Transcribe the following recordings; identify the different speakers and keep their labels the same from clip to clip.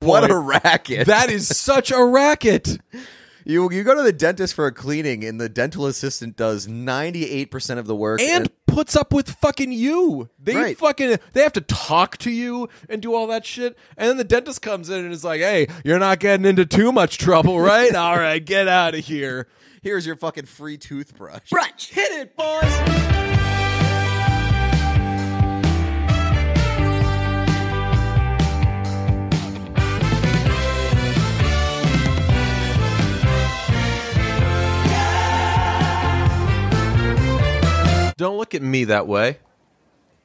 Speaker 1: What a
Speaker 2: point.
Speaker 1: racket!
Speaker 2: That is such a racket.
Speaker 1: you you go to the dentist for a cleaning, and the dental assistant does ninety eight percent of the work.
Speaker 2: and puts up with fucking you. They
Speaker 1: Right.
Speaker 2: fucking they have to talk to you and do all that shit. And then the dentist comes in and is like, "Hey, you're not getting into too much trouble, right? all right, get out of here."
Speaker 1: here's your fucking free toothbrush.
Speaker 2: Brunch, hit it, boys. Don't look at me that way.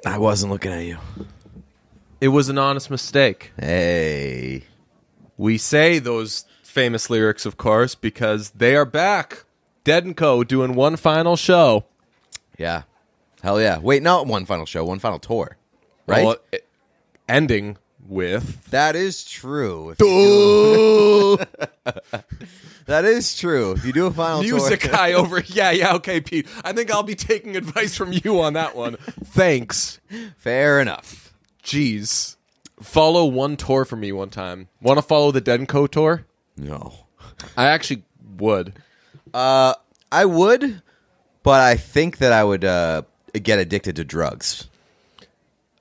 Speaker 1: I wasn't looking at you.
Speaker 2: It was an honest mistake.
Speaker 1: Hey,
Speaker 2: We say those famous lyrics, of course, because they are back. Dead and Co. doing one final show.
Speaker 1: yeah, hell yeah. Wait, not one final show, one final tour, right?
Speaker 2: Well, e- ending with
Speaker 1: that is true. If you do- that is true. If you do a final
Speaker 2: music
Speaker 1: tour,
Speaker 2: guy over. Yeah, yeah, okay, Pete. I think I'll be taking advice from you on that one. Thanks.
Speaker 1: fair enough.
Speaker 2: Jeez. Follow one tour for me one time. Want to follow the Dead and Co. tour?
Speaker 1: No,
Speaker 2: I actually would.
Speaker 1: I would, but I think that I would uh, get addicted to drugs.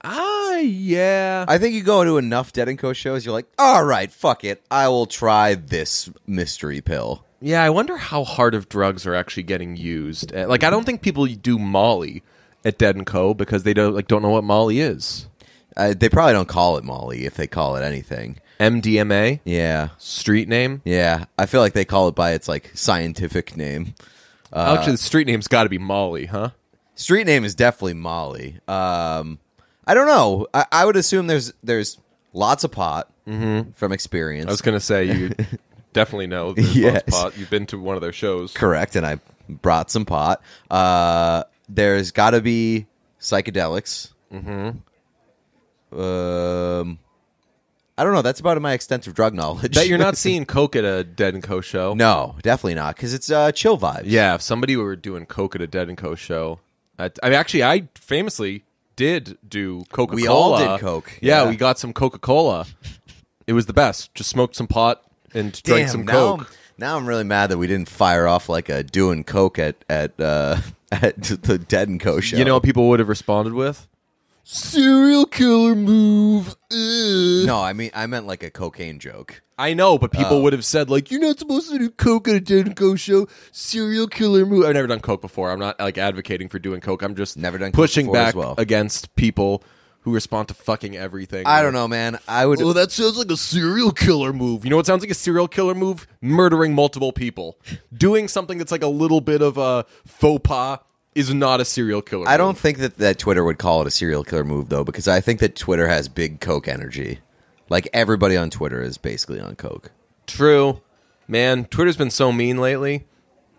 Speaker 2: Ah, yeah.
Speaker 1: I think you go into enough Dead and Co shows, you're like, all right, fuck it, I will try this mystery pill.
Speaker 2: Yeah, I wonder how hard of drugs are actually getting used. Uh, Like, I don't think people do Molly at Dead and Co. because they don't like don't know what Molly is.
Speaker 1: Uh, they probably don't call it Molly if they call it anything.
Speaker 2: MDMA,
Speaker 1: Yeah,
Speaker 2: street name.
Speaker 1: yeah. I feel like they call it by its like scientific name.
Speaker 2: actually, the street name's got to be Molly, huh?
Speaker 1: Street name is definitely Molly. Um, I don't know. I, I would assume there's there's lots of pot from experience.
Speaker 2: Mm-hmm. I was gonna say you definitely know. the
Speaker 1: Yes.
Speaker 2: Lost Pot. You've been to one of their shows.
Speaker 1: correct, and I brought some pot. Uh, there's got to be psychedelics. Mm-hmm. Um, I don't know. That's about my extent of drug knowledge.
Speaker 2: Bet you're not seeing Coke at a Dead and Co. show.
Speaker 1: no, definitely not, because it's uh, chill vibes.
Speaker 2: Yeah, if somebody were doing Coke at a Dead and Co. show, I, I mean, actually, I famously did do Coca Cola.
Speaker 1: We all did Coke,
Speaker 2: Yeah,
Speaker 1: yeah.
Speaker 2: we got some Coca Cola. It was the best. Just smoked some pot and drank
Speaker 1: Damn,
Speaker 2: some
Speaker 1: now
Speaker 2: Coke.
Speaker 1: I'm- Now I'm really mad that we didn't fire off like a doing coke at at uh, at the Dead and Co show.
Speaker 2: You know what people would have responded with? Serial killer move. Ugh.
Speaker 1: No, I mean I meant like a cocaine joke.
Speaker 2: I know, but
Speaker 1: Uh.
Speaker 2: people would have said like, "You're not supposed to do coke at a Dead and Co show." Serial killer move. I've never done coke before. I'm not like advocating for doing coke. I'm just
Speaker 1: Never done coke
Speaker 2: pushing
Speaker 1: before as
Speaker 2: back
Speaker 1: well.
Speaker 2: against people who respond to fucking everything.
Speaker 1: I don't know, man. I would.
Speaker 2: that sounds like a serial killer move. You know what sounds like a serial killer move? Murdering multiple people. Doing something that's like a little bit of a faux pas is not a serial killer.
Speaker 1: I
Speaker 2: move.
Speaker 1: don't think that, that Twitter would call it a serial killer move though, because I think that Twitter has big coke energy. Like everybody on Twitter is basically on coke.
Speaker 2: True. Man, Twitter's been so mean lately.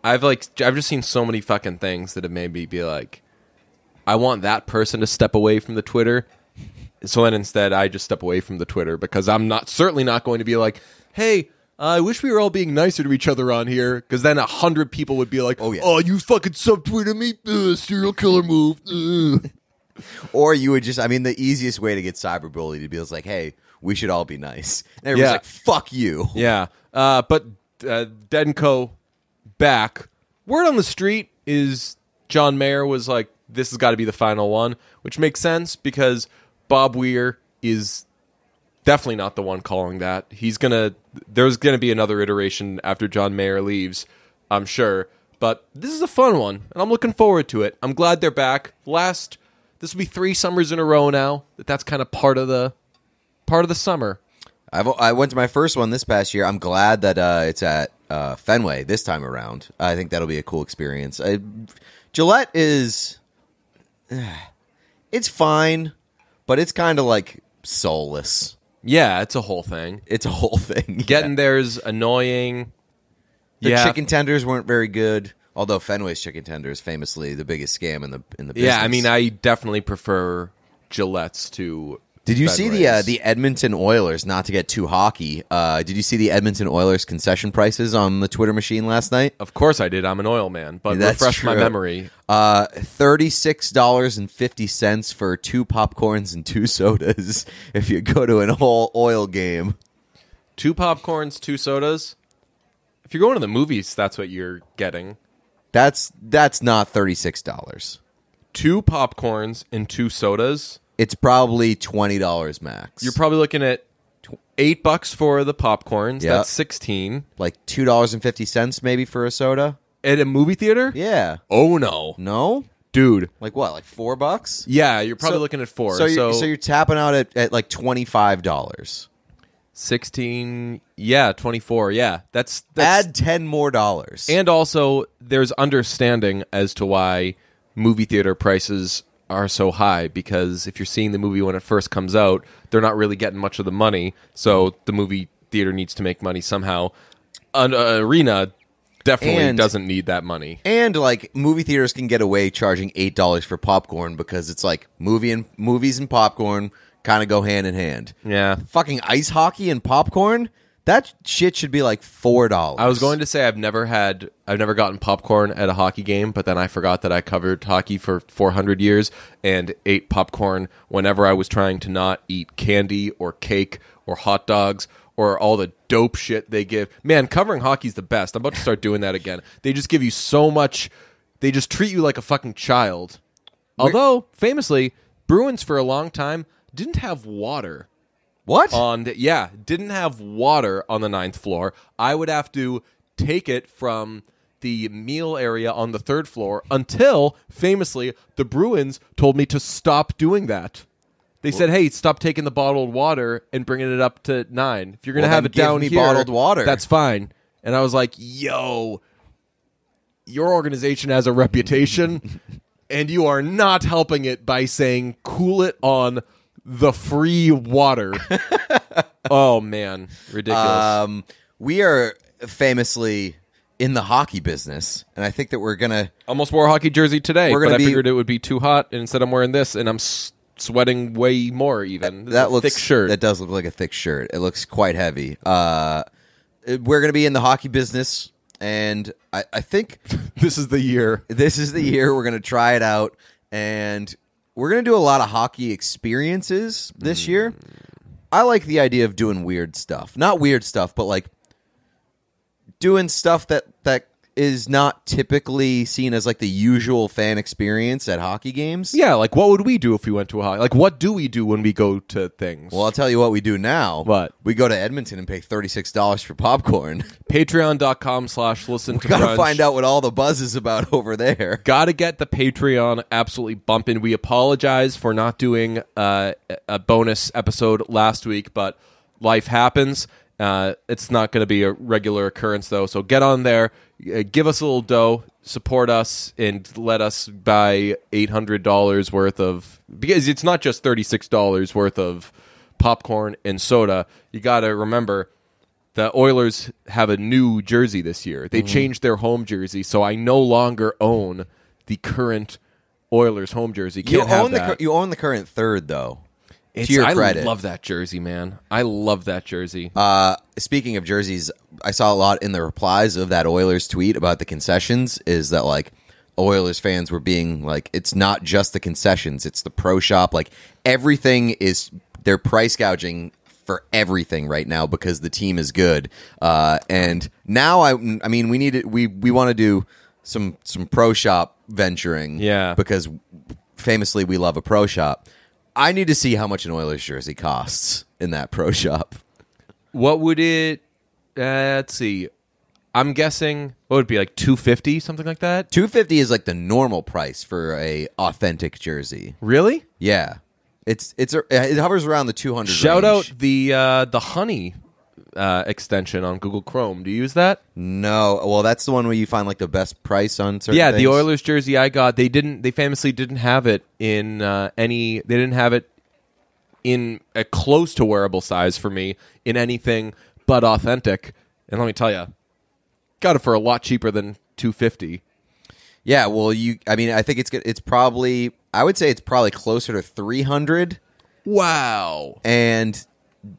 Speaker 2: I've like I've just seen so many fucking things that have made me be like I want that person to step away from the Twitter. So then instead I just step away from the Twitter because I'm not certainly not going to be like, "Hey, I wish we were all being nicer to each other on here, because then a hundred people would be like, "Oh
Speaker 1: yeah.
Speaker 2: you fucking subtweeted me, Ugh, serial killer move." Ugh."
Speaker 1: Or you would just, I mean, the easiest way to get cyberbullied to be is like, hey, we should all be nice. And everyone's
Speaker 2: Yeah.
Speaker 1: like, fuck you.
Speaker 2: Yeah. Uh, but uh, Dead and Co. back. Word on the street is John Mayer was like, this has got to be the final one, which makes sense because Bob Weir is definitely not the one calling that. He's going to, there's going to be another iteration after John Mayer leaves, I'm sure. But this is a fun one, and I'm looking forward to it. I'm glad they're back. Last, this will be three summers in a row now. That that's kind of part of the, part of the summer.
Speaker 1: I've, I went to my first one this past year. I'm glad that uh, it's at uh, Fenway this time around. I think that'll be a cool experience. I, Gillette is, it's fine, but it's kind of like soulless.
Speaker 2: Yeah, it's a whole thing.
Speaker 1: It's a whole thing.
Speaker 2: Getting there's annoying.
Speaker 1: The
Speaker 2: yeah,
Speaker 1: chicken tenders weren't very good. Although Fenway's chicken tenders, famously the biggest scam in the in the business.
Speaker 2: yeah. I mean, I definitely prefer Gillette's to.
Speaker 1: did you see the uh,
Speaker 2: Fenway's.
Speaker 1: the Edmonton Oilers? Not to get too hockey, uh, did you see the Edmonton Oilers concession prices on the Twitter machine last night?
Speaker 2: Of course, I did. I'm an oil man, but
Speaker 1: That's
Speaker 2: refresh my
Speaker 1: true.
Speaker 2: memory.
Speaker 1: Uh, thirty six dollars and fifty cents for two popcorns and two sodas. If you go to an whole oil game,
Speaker 2: two popcorns, two sodas. If you're going to the movies, that's what you're getting.
Speaker 1: That's that's not thirty six dollars.
Speaker 2: Two popcorns and two sodas.
Speaker 1: It's probably twenty dollars max.
Speaker 2: You're probably looking at tw- eight bucks for the popcorns.
Speaker 1: Yeah.
Speaker 2: That's sixteen
Speaker 1: like two dollars and fifty cents maybe for a soda.
Speaker 2: at a movie theater.
Speaker 1: Yeah.
Speaker 2: Oh no,
Speaker 1: No.
Speaker 2: dude.
Speaker 1: Like what? Like four bucks.
Speaker 2: Yeah, you're probably
Speaker 1: So-
Speaker 2: looking at four.
Speaker 1: So you're, so, you're tapping out at, at like twenty five dollars.
Speaker 2: 16 yeah 24 yeah that's, that's
Speaker 1: Add ten more dollars.
Speaker 2: and also there's understanding as to why movie theater prices are so high because if you're seeing the movie when it first comes out they're not really getting much of the money so the movie theater needs to make money somehow an uh, arena definitely
Speaker 1: And-
Speaker 2: doesn't need that money
Speaker 1: and like movie theaters can get away charging eight dollars for popcorn because it's like movie and movies and popcorn kind of go hand in hand.
Speaker 2: yeah
Speaker 1: Fucking ice hockey and popcorn. That shit should be like four dollars.
Speaker 2: I was going to say I've never had I've never gotten popcorn at a hockey game, but then I forgot that I covered hockey for 400 years and ate popcorn whenever I was trying to not eat candy or cake or hot dogs or all the dope shit they give. Man, covering hockey's the best. I'm about to start doing that again. They just give you so much they just treat you like a fucking child. Although, famously, Bruins for a long time didn't have water
Speaker 1: what?
Speaker 2: on the yeah didn't have water on the ninth floor i would have to take it from the meal area on the third floor until famously the bruins told me to stop doing that they said hey stop taking the bottled water and bringing it up to nine if you're gonna
Speaker 1: Well,
Speaker 2: have
Speaker 1: then
Speaker 2: it
Speaker 1: give
Speaker 2: down
Speaker 1: me
Speaker 2: here
Speaker 1: bottled water."
Speaker 2: that's fine and i was like yo your organization has a reputation and you are not helping it by saying cool it on the free water. oh man, ridiculous.
Speaker 1: Um, we are famously in the hockey business, and I think that we're gonna.
Speaker 2: Almost wore a hockey jersey today,
Speaker 1: We're
Speaker 2: but
Speaker 1: gonna
Speaker 2: I
Speaker 1: be-
Speaker 2: figured it would be too hot and instead I'm wearing this and I'm s- sweating way more even. This is
Speaker 1: That
Speaker 2: a
Speaker 1: looks
Speaker 2: thick shirt.
Speaker 1: That does look like a thick shirt. It looks quite heavy. Uh, it- we're gonna be in the hockey business, and I, I think
Speaker 2: this is the year.
Speaker 1: this is the year we're gonna try it out, and we're gonna do a lot of hockey experiences this
Speaker 2: Mm.
Speaker 1: year. I like the idea of doing weird stuff. Not weird stuff, but like doing stuff that that is not typically seen as like the usual fan experience at hockey games.
Speaker 2: Yeah, like what would we do if we went to a hockey? Like what do we do when we go to things?
Speaker 1: Well, I'll tell you what we do now.
Speaker 2: What?
Speaker 1: We go to Edmonton and pay $36 for popcorn.
Speaker 2: patreon.com slash listen to
Speaker 1: Got to
Speaker 2: Brunch.
Speaker 1: find out what all the buzz is about over there.
Speaker 2: Got to get the Patreon absolutely bumping. We apologize for not doing uh, a bonus episode last week, but life happens. Uh, it's not going to be a regular occurrence, though. So get on there, uh, give us a little dough, support us, and let us buy $800 worth of. Because it's not just $36 worth of popcorn and soda. You got to remember the Oilers have a new jersey this year. They changed their home jersey, so I no longer own the current Oilers home jersey.
Speaker 1: You
Speaker 2: Can't have
Speaker 1: own the cur-
Speaker 2: that.
Speaker 1: you own the current third though.
Speaker 2: It's-
Speaker 1: to your
Speaker 2: I
Speaker 1: credit.
Speaker 2: love that jersey, man. I love that jersey.
Speaker 1: Uh, speaking of jerseys, I saw a lot in the replies of that Oilers tweet about the concessions is that like Oilers fans were being like, it's not just the concessions, it's the pro shop. Like everything is, they're price gouging for everything right now because the team is good. Uh, and now I, I mean, we need to We, we want to do some, some pro shop venturing.
Speaker 2: Yeah.
Speaker 1: Because famously we love a pro shop. I need to see how much an Oilers jersey costs in that pro shop.
Speaker 2: what would it? Uh, let's see. I'm guessing what would it be like two fifty, something like that.
Speaker 1: 250 is like the normal price for a authentic jersey.
Speaker 2: Really?
Speaker 1: Yeah. It's it's a, it hovers around the 200
Speaker 2: Shout
Speaker 1: range.
Speaker 2: out the uh, the honey uh, extension on Google Chrome. Do you use that?
Speaker 1: No, well that's the one where you find like the best price on certain
Speaker 2: yeah, the
Speaker 1: things.
Speaker 2: Oilers jersey I got, they didn't. They famously didn't have it in uh, any. They didn't have it in a close to wearable size for me in anything but authentic. And let me tell you, got it for a lot cheaper than two fifty.
Speaker 1: Yeah, well you I mean I think it's good- it's probably I would say it's probably closer to 300
Speaker 2: Wow.
Speaker 1: and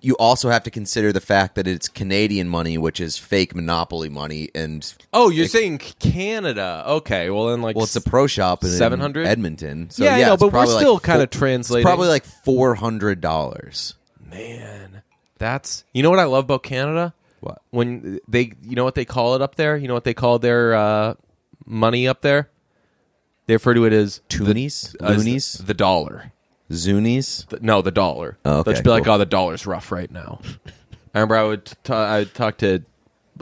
Speaker 1: you also have to consider the fact that it's Canadian money which is fake monopoly money and
Speaker 2: Oh, you're saying Canada? Okay. Well, then like
Speaker 1: well, it's a pro shop in
Speaker 2: 700?
Speaker 1: Edmonton. So
Speaker 2: Yeah,
Speaker 1: yeah,
Speaker 2: I know,
Speaker 1: it's
Speaker 2: but we're
Speaker 1: probably like
Speaker 2: still kinda
Speaker 1: four-
Speaker 2: translating.
Speaker 1: It's probably like four hundred dollars.
Speaker 2: man. That's you know what I love about Canada.
Speaker 1: What?
Speaker 2: when they you know what they call it up there? You know what they call their uh, money up there? They refer to it as
Speaker 1: Toonies?
Speaker 2: the, uh, as
Speaker 1: Loonies?
Speaker 2: the dollar.
Speaker 1: Zunies?
Speaker 2: The- no, the dollar.
Speaker 1: Oh, okay,
Speaker 2: They'll just be like,
Speaker 1: cool.
Speaker 2: oh, the dollar's rough right now. I remember I would t- I would talk to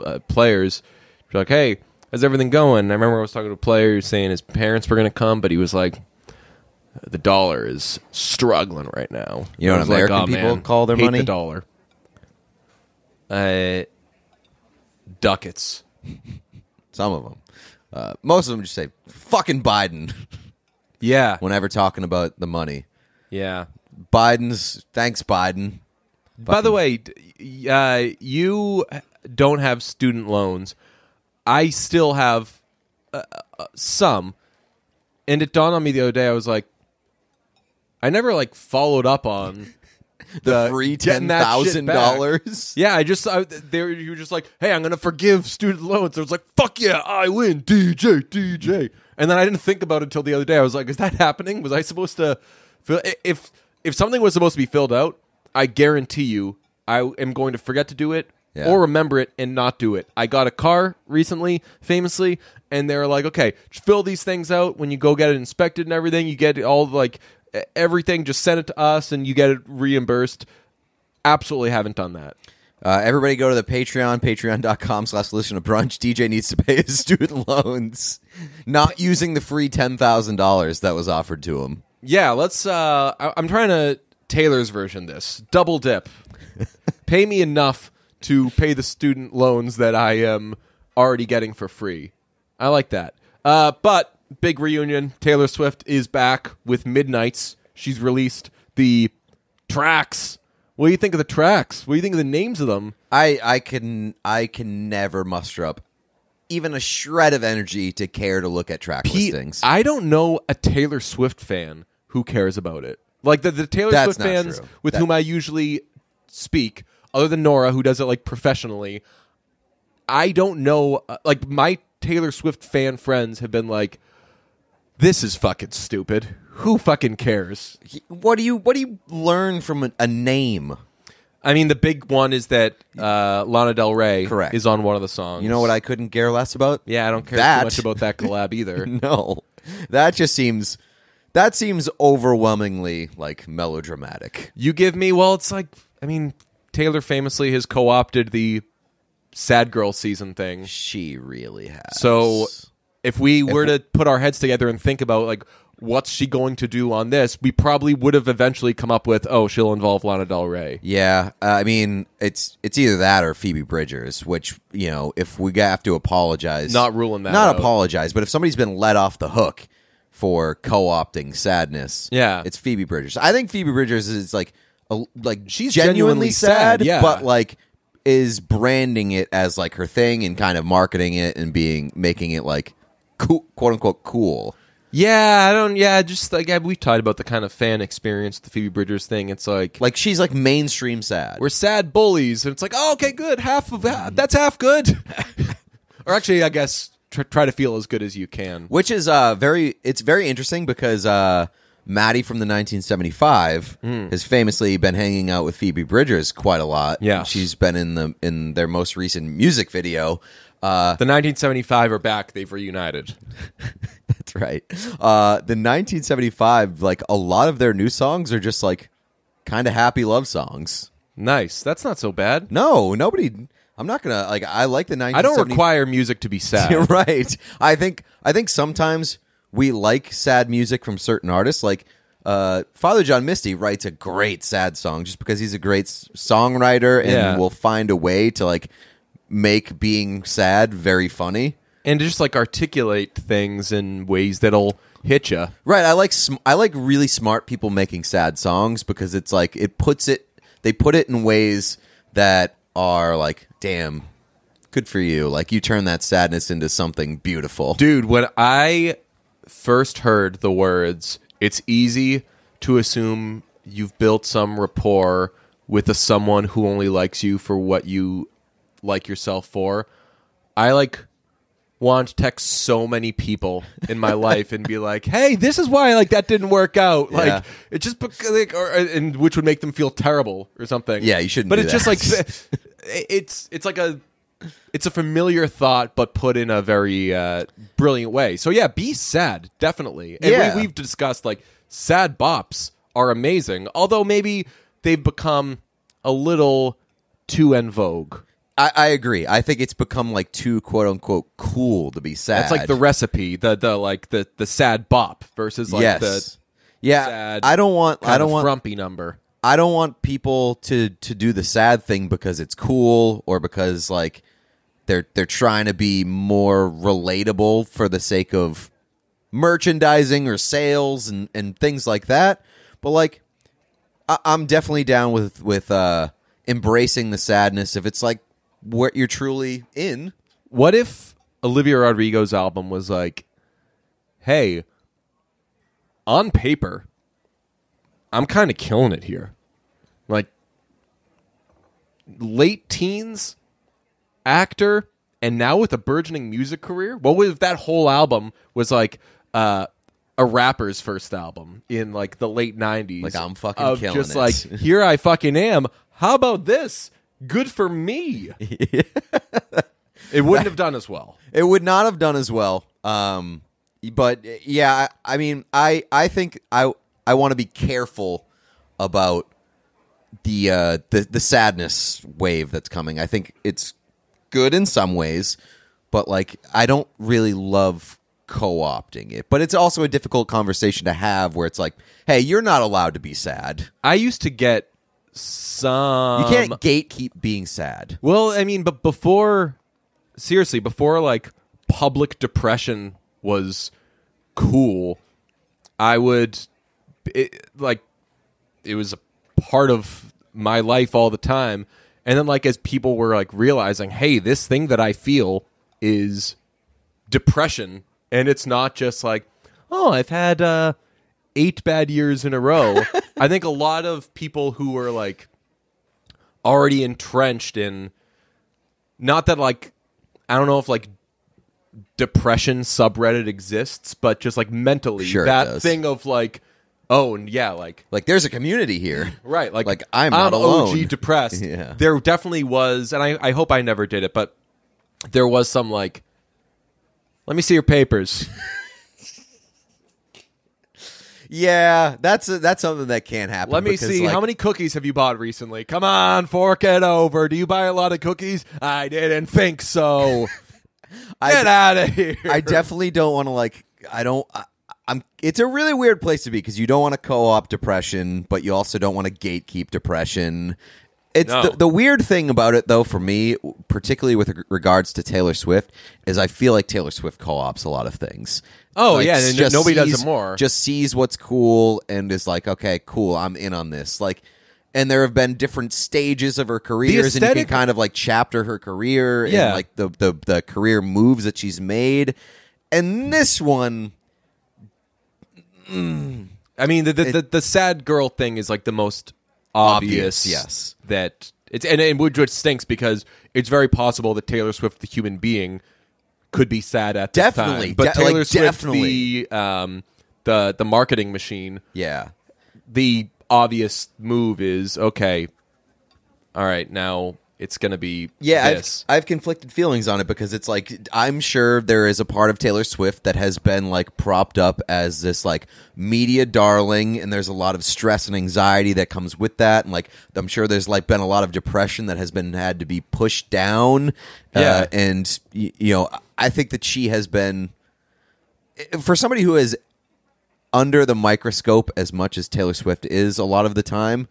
Speaker 2: uh, players, be like, hey, how's everything going? I remember I was talking to a player who was saying his parents were going to come, but he was like, the dollar is struggling right now.
Speaker 1: You know
Speaker 2: I
Speaker 1: what
Speaker 2: was like,
Speaker 1: American
Speaker 2: "Aw,
Speaker 1: people
Speaker 2: man,
Speaker 1: call their
Speaker 2: hate
Speaker 1: money?"
Speaker 2: The dollar. Uh, ducats.
Speaker 1: Some of them. Uh, most of them just say fucking Biden
Speaker 2: Yeah.
Speaker 1: whenever talking about the money.
Speaker 2: Yeah.
Speaker 1: Biden's thanks Biden.
Speaker 2: By the way, d- uh, you don't have student loans. I still have uh, uh, some, and it dawned on me the other day. I was like, I never like followed up on.
Speaker 1: The
Speaker 2: The-
Speaker 1: free ten
Speaker 2: getting that
Speaker 1: thousand
Speaker 2: shit back.
Speaker 1: dollars.
Speaker 2: Yeah, I just I, they were, you were just like, hey, I'm gonna forgive student loans. I was like, fuck yeah, I win, DJ, DJ. And then I didn't think about it until the other day. I was like, is that happening? Was I supposed to fill i- if if something was supposed to be filled out? I guarantee you, I am going to forget to do it
Speaker 1: Yeah.
Speaker 2: or remember it and not do it. I got a car recently, famously, and they were like, okay, just fill these things out when you go get it inspected and everything. You get all like e- everything. Just send it to us, and you get it reimbursed. Absolutely haven't done that.
Speaker 1: Uh, everybody go to the Patreon, patreon.com slash listen to brunch. DJ needs to pay his student loans. Not using the free ten thousand dollars that was offered to him.
Speaker 2: Yeah, let's. Uh, I- I'm trying to Taylor's version this double dip. pay me enough to pay the student loans that I am already getting for free. I like that. Uh, but big reunion. Taylor Swift is back with Midnight's. She's released the tracks. What do you think of the tracks? What do you think of the names of them?
Speaker 1: I I can I can never muster up even a shred of energy to care to look at track
Speaker 2: Pete,
Speaker 1: listings.
Speaker 2: I don't know a Taylor Swift fan who cares about it. Like the, the Taylor
Speaker 1: That's
Speaker 2: Swift
Speaker 1: not
Speaker 2: fans
Speaker 1: true.
Speaker 2: with
Speaker 1: That-
Speaker 2: whom I usually speak, other than Nora, who does it like professionally, I don't know. uh, Like my Taylor Swift fan friends have been like, "This is fucking stupid. Who fucking cares?"
Speaker 1: what do you what do you learn from a, a name?
Speaker 2: I mean, the big one is that uh, Lana Del Rey
Speaker 1: Correct.
Speaker 2: is on one of the songs.
Speaker 1: You know what I couldn't care less about?
Speaker 2: Yeah, I don't care
Speaker 1: That.
Speaker 2: too much about that collab either.
Speaker 1: No. That just seems that seems overwhelmingly like melodramatic.
Speaker 2: you give me well it's like i mean taylor famously has co-opted the sad girl season thing
Speaker 1: She really has.
Speaker 2: so if we were to put our heads together and think about like what's she going to do on this we probably would have eventually come up with oh she'll involve lana del rey
Speaker 1: Yeah, uh, I mean it's it's either that or Phoebe Bridgers, which you know if we have to apologize,
Speaker 2: Not ruling that
Speaker 1: not
Speaker 2: out.
Speaker 1: apologize, but if somebody's been let off the hook for co-opting sadness,
Speaker 2: Yeah.
Speaker 1: it's Phoebe Bridgers. I think Phoebe Bridgers is like a, like she's
Speaker 2: genuinely sad, yeah.
Speaker 1: but like is branding it as like her thing and kind of marketing it and being making it like cool, quote unquote cool.
Speaker 2: yeah i don't yeah just like yeah, we've talked about the kind of fan experience with the phoebe bridgers thing it's like
Speaker 1: Like she's like mainstream sad.
Speaker 2: we're sad bullies and it's like oh okay good half of that's half good or actually i guess tr- try to feel as good as you can
Speaker 1: which is uh very it's very interesting because uh Maddie from the 1975 has famously been hanging out with Phoebe Bridgers quite a lot.
Speaker 2: Yeah.
Speaker 1: she's been in the in their most recent music video. Uh,
Speaker 2: The 1975 are back. They've reunited.
Speaker 1: that's right. Uh, the 1975, like a lot of their new songs are just like kind of happy love songs.
Speaker 2: Nice. That's not so bad.
Speaker 1: No, nobody. I'm not gonna like. I like the 1975.
Speaker 2: I don't require music to be
Speaker 1: You're
Speaker 2: sad.
Speaker 1: right. I think I think sometimes we like sad music from certain artists. Like uh, Father John Misty writes a great sad song just because he's a great s- songwriter and
Speaker 2: Yeah.
Speaker 1: will find a way to like make being sad very funny.
Speaker 2: and to just like articulate things in ways that'll hit you.
Speaker 1: Right. I like sm- I like really smart people making sad songs because it's like it puts it they put it in ways that are like damn good for you like you turn that sadness into something beautiful.
Speaker 2: Dude, when I first heard the words, it's easy to assume you've built some rapport with a someone who only likes you for what you like yourself for. I like want to text so many people in my life and be like, "Hey, this is why like that didn't work out." Like
Speaker 1: Yeah.
Speaker 2: it just because like or, uh, and which would make them feel terrible or something.
Speaker 1: Yeah, you shouldn't
Speaker 2: But
Speaker 1: do
Speaker 2: it's
Speaker 1: that.
Speaker 2: just like th- it's it's like a it's a familiar thought, but put in a very uh, brilliant way. So yeah, be sad, definitely. And
Speaker 1: Yeah.
Speaker 2: we, we've discussed like sad bops are amazing, although maybe they've become a little too en vogue.
Speaker 1: I, I agree. I think it's become like too quote unquote cool to be sad.
Speaker 2: That's like the recipe, the the like the the sad bop versus like
Speaker 1: yes,
Speaker 2: the
Speaker 1: yeah.
Speaker 2: sad
Speaker 1: I don't want.
Speaker 2: kind
Speaker 1: I don't
Speaker 2: of
Speaker 1: want.
Speaker 2: frumpy number.
Speaker 1: I don't want people to to do the sad thing because it's cool or because like they're they're trying to be more relatable for the sake of merchandising or sales and and things like that. But like I, I'm definitely down with with uh embracing the sadness if it's like what you're truly in.
Speaker 2: What if Olivia Rodrigo's album was like, hey, on paper, I'm kind of killing it here. Like, late teens, actor, and now with a burgeoning music career. What if that whole album was like uh, a rapper's first album in like the late 90s?
Speaker 1: Like, I'm fucking
Speaker 2: of
Speaker 1: killing
Speaker 2: Just
Speaker 1: it.
Speaker 2: like, here I fucking am. How about this? Good for me. It wouldn't have done as well.
Speaker 1: It would not have done as well. Um, but yeah, I, I mean, I I think I I want to be careful about the uh, the the sadness wave that's coming. I think it's good in some ways, but like I don't really love co-opting it. But it's also a difficult conversation to have where it's like, hey, you're not allowed to be sad.
Speaker 2: I used to get some.
Speaker 1: You can't gatekeep being sad.
Speaker 2: Well, I mean, but before, seriously, before like public depression was cool, I would, it, like, it was a part of my life all the time. And then, like, as people were like realizing, hey, this thing that I feel is depression, and it's not just like, oh, I've had uh, eight bad years in a row. I think a lot of people who were like already entrenched in not that like I don't know if like depression subreddit exists, but just like mentally
Speaker 1: Sure it
Speaker 2: that
Speaker 1: does.
Speaker 2: thing of like, oh, and yeah, like
Speaker 1: Like there's a community here.
Speaker 2: Right, like
Speaker 1: Like, I'm not alone.
Speaker 2: OG depressed.
Speaker 1: Yeah.
Speaker 2: There definitely was, and I, I hope I never did it, but there was some like, let me see your papers.
Speaker 1: Yeah, that's a, that's something that can't happen.
Speaker 2: Let me
Speaker 1: because,
Speaker 2: see
Speaker 1: like,
Speaker 2: how many cookies have you bought recently. Come on, fork it over. Do you buy a lot of cookies? I didn't think so.
Speaker 1: I-
Speaker 2: Get out of here.
Speaker 1: I definitely don't want to like. I don't. I, I'm. It's a really weird place to be because you don't want to co-op depression, but you also don't want to gatekeep depression. It's
Speaker 2: No.
Speaker 1: the, the weird thing about it, though, for me, particularly with regards to Taylor Swift, is I feel like Taylor Swift co-ops a lot of things.
Speaker 2: Oh,
Speaker 1: Like,
Speaker 2: yeah, and
Speaker 1: just
Speaker 2: nobody does it
Speaker 1: sees,
Speaker 2: more.
Speaker 1: Just sees what's cool and is like, okay, cool, I'm in on this. Like, and there have been different stages of her careers, and you can
Speaker 2: aesthetic-
Speaker 1: kind of like chapter her career
Speaker 2: Yeah.
Speaker 1: and like the, the the career moves that she's made. And this one,
Speaker 2: I mean, the the, the the sad girl thing is like the most
Speaker 1: Obvious,
Speaker 2: obvious.
Speaker 1: yes.
Speaker 2: That it's and, and which which stinks because it's very possible that Taylor Swift, the human being, could be sad at this
Speaker 1: Definitely.
Speaker 2: time. But
Speaker 1: De- like,
Speaker 2: Taylor Swift,
Speaker 1: definitely.
Speaker 2: the um, the the marketing machine,
Speaker 1: yeah,
Speaker 2: the obvious move is okay. All right, now it's gonna be
Speaker 1: yeah,
Speaker 2: This.
Speaker 1: I've, I've conflicted feelings on it because it's like I'm sure there is a part of Taylor Swift that has been like propped up as this like media darling, and there's a lot of stress and anxiety that comes with that, and like I'm sure there's like been a lot of depression that has been had to be pushed down,
Speaker 2: Yeah.
Speaker 1: uh, and y- you know I think that she has been eh, for somebody who is under the microscope as much as Taylor Swift is a lot of the time,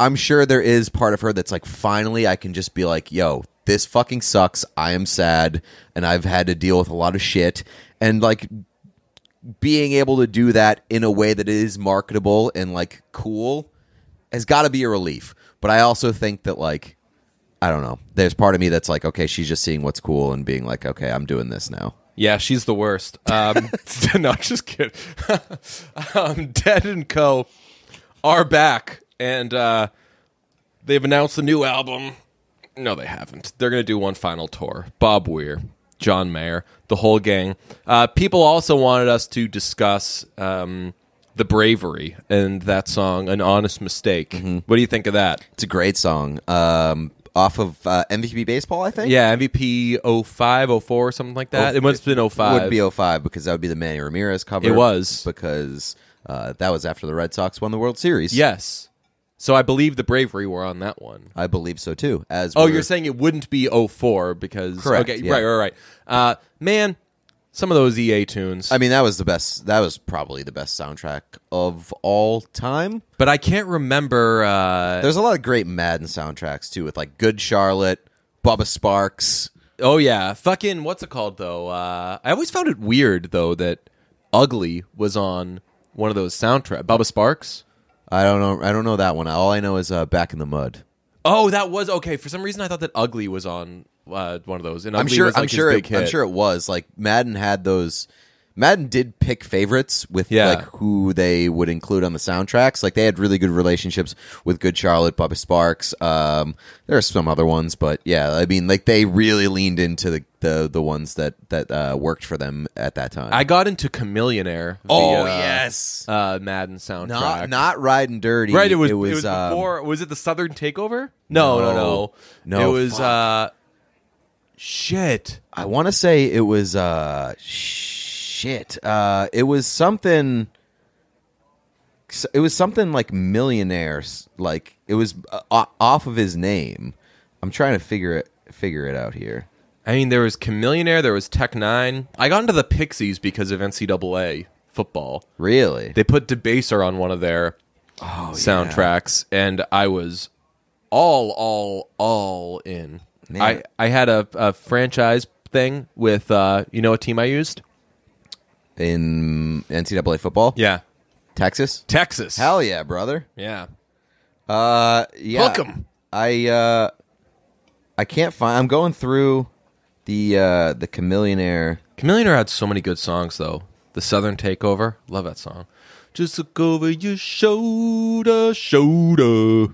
Speaker 1: I'm sure there is part of her that's like, finally, I can just be like, yo, this fucking sucks. I am sad and I've had to deal with a lot of shit. And like being able to do that in a way that is marketable and like cool has got to be a relief. But I also think that like, I don't know. There's part of me that's like, okay, she's just seeing what's cool and being like, okay, I'm doing this now.
Speaker 2: Yeah, she's the worst. Um, no, just kidding. um, Dead and Co. are back, and uh, they've announced a new album. No, they haven't. They're going to do one final tour. Bob Weir, John Mayer, the whole gang. Uh, people also wanted us to discuss um, the bravery and that song, "An Honest Mistake." What do you think of that?
Speaker 1: It's a great song. Um, off of uh, MVP Baseball, I think.
Speaker 2: Yeah, MVP 05, 04, or something like that.
Speaker 1: Oh,
Speaker 2: it must have been 05.
Speaker 1: Would be 05 because that would be the Manny Ramirez cover.
Speaker 2: It was.
Speaker 1: because uh, that was after the Red Sox won the World Series.
Speaker 2: yes. So I believe the bravery were on that one.
Speaker 1: I believe so too. As
Speaker 2: Oh,
Speaker 1: were-
Speaker 2: you're saying it wouldn't be 04 because
Speaker 1: Correct,
Speaker 2: Okay,
Speaker 1: yeah.
Speaker 2: right, right, right. Uh, man, some of those EA tunes.
Speaker 1: I mean, that was the best. That was probably the best soundtrack of all time.
Speaker 2: but I can't remember. Uh,
Speaker 1: There's a lot of great Madden soundtracks too, with like Good Charlotte, Bubba Sparks.
Speaker 2: oh yeah, fucking what's it called though? Uh, I always found it weird though that Ugly was on one of those soundtrack. Bubba Sparks.
Speaker 1: I don't know. I don't know that one. All I know is uh, Back in the Mud.
Speaker 2: Oh, that was okay. For some reason, I thought that Ugly was on uh, one of those. And
Speaker 1: I'm
Speaker 2: Ugly
Speaker 1: sure.
Speaker 2: was, like,
Speaker 1: I'm
Speaker 2: his
Speaker 1: sure.
Speaker 2: big
Speaker 1: It, I'm
Speaker 2: hit.
Speaker 1: sure it was like Madden had those. Madden did pick favorites with
Speaker 2: Yeah.
Speaker 1: like who they would include on the soundtracks. Like they had really good relationships with Good Charlotte, Bubba Sparks. Um, there are some other ones, but yeah, I mean, like they really leaned into the the, the ones that that uh, worked for them at that time.
Speaker 2: I got into Chameleonaire.
Speaker 1: oh
Speaker 2: the, uh,
Speaker 1: yes,
Speaker 2: uh, Madden soundtrack.
Speaker 1: not not riding dirty.
Speaker 2: Right, it was it was,
Speaker 1: um,
Speaker 2: before was it the Southern Takeover? No, no, no.
Speaker 1: No. No,
Speaker 2: it was
Speaker 1: fuck.
Speaker 2: uh shit.
Speaker 1: I want to say it was uh shit. Uh it was something it was something like millionaires like it was uh, o- off of his name. I'm trying to figure it figure it out here.
Speaker 2: I mean there was Chameleonaire, there was Tech 9. I got into the Pixies because of NCAA football.
Speaker 1: Really?
Speaker 2: They put Debaser on one of their Oh, soundtracks and I was all all all in.
Speaker 1: Man.
Speaker 2: I I had a, a franchise thing with uh you know what team I used?
Speaker 1: In NCAA football?
Speaker 2: Yeah.
Speaker 1: Texas?
Speaker 2: Texas.
Speaker 1: Hell yeah, brother.
Speaker 2: Yeah.
Speaker 1: Uh yeah.
Speaker 2: Hook 'em.
Speaker 1: I uh I can't find I'm going through the uh the chameleonaire
Speaker 2: Chameleonaire had so many good songs though. The Southern Takeover, love that song. Just look over your shoulder, shoulder.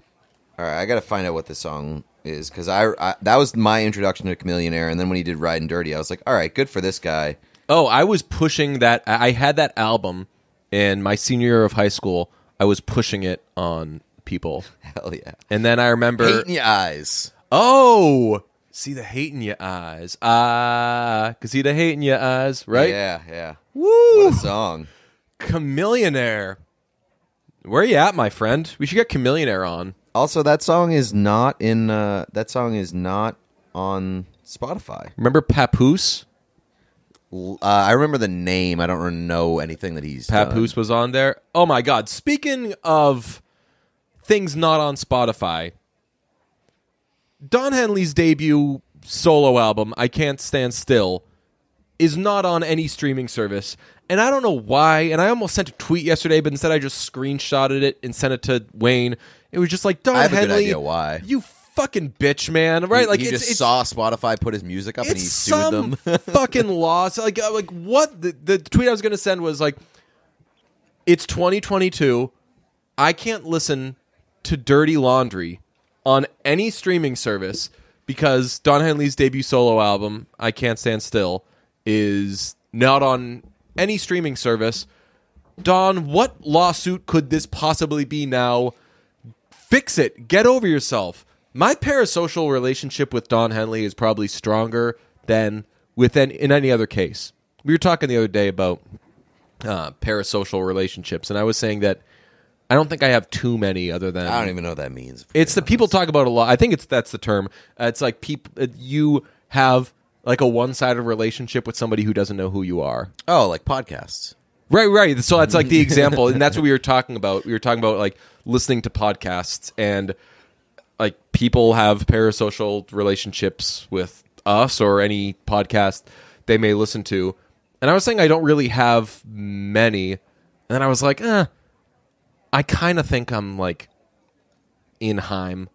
Speaker 1: All right, I gotta find out what this song is because I, I that was my introduction to Chameleonaire, and then when he did Riding Dirty, I was like, all right, good for this guy.
Speaker 2: Oh, I was pushing that. I I had that album in my senior year of high school. I was pushing it on people,
Speaker 1: Hell yeah,
Speaker 2: and then I remember.
Speaker 1: hate in your eyes.
Speaker 2: Oh, see the hate in your eyes. Ah, cause see the hate in your eyes, right?
Speaker 1: Yeah, yeah.
Speaker 2: Woo!
Speaker 1: What a song.
Speaker 2: Chameleonaire. Where you at, my friend? We should get Chameleonaire on.
Speaker 1: Also, that song is not in. Uh, that song is not on Spotify.
Speaker 2: Remember Papoose?
Speaker 1: L- Uh, I remember the name. I don't re- know anything that he's done.
Speaker 2: Papoose was on there. Oh my god! Speaking of things not on Spotify, Don Henley's debut solo album, "I Can't Stand Still," is not on any streaming service, and I don't know why. And I almost sent a tweet yesterday, but instead I just screenshotted it and sent it to Wayne. It was just like Don
Speaker 1: I have a
Speaker 2: Henley,
Speaker 1: good idea why.
Speaker 2: you fucking bitch, man! Right?
Speaker 1: He,
Speaker 2: like
Speaker 1: he
Speaker 2: it's,
Speaker 1: just
Speaker 2: it's,
Speaker 1: saw Spotify put his music up and he
Speaker 2: it's
Speaker 1: sued
Speaker 2: some
Speaker 1: them.
Speaker 2: fucking loss. Like, uh, like what? The, the tweet I was gonna send was like, "It's 2022. I can't listen to Dirty Laundry on any streaming service because Don Henley's debut solo album, I Can't Stand Still, is not on any streaming service." Don, what lawsuit could this possibly be now? fix it. Get over yourself. My parasocial relationship with Don Henley is probably stronger than with any, in any other case. We were talking the other day about uh, parasocial relationships, and I was saying that I don't think I have too many other than
Speaker 1: I don't even know what that means.
Speaker 2: it's the people talk about a lot. I think it's that's the term. Uh, it's like people you have like a one-sided relationship with somebody who doesn't know who you are.
Speaker 1: oh, like podcasts.
Speaker 2: Right, right. So that's like the example, and that's what we were talking about. We were talking about like listening to podcasts and like people have parasocial relationships with us or any podcast they may listen to. And I was saying I don't really have many. And then I was like, eh, I kind of think I'm like in Heim.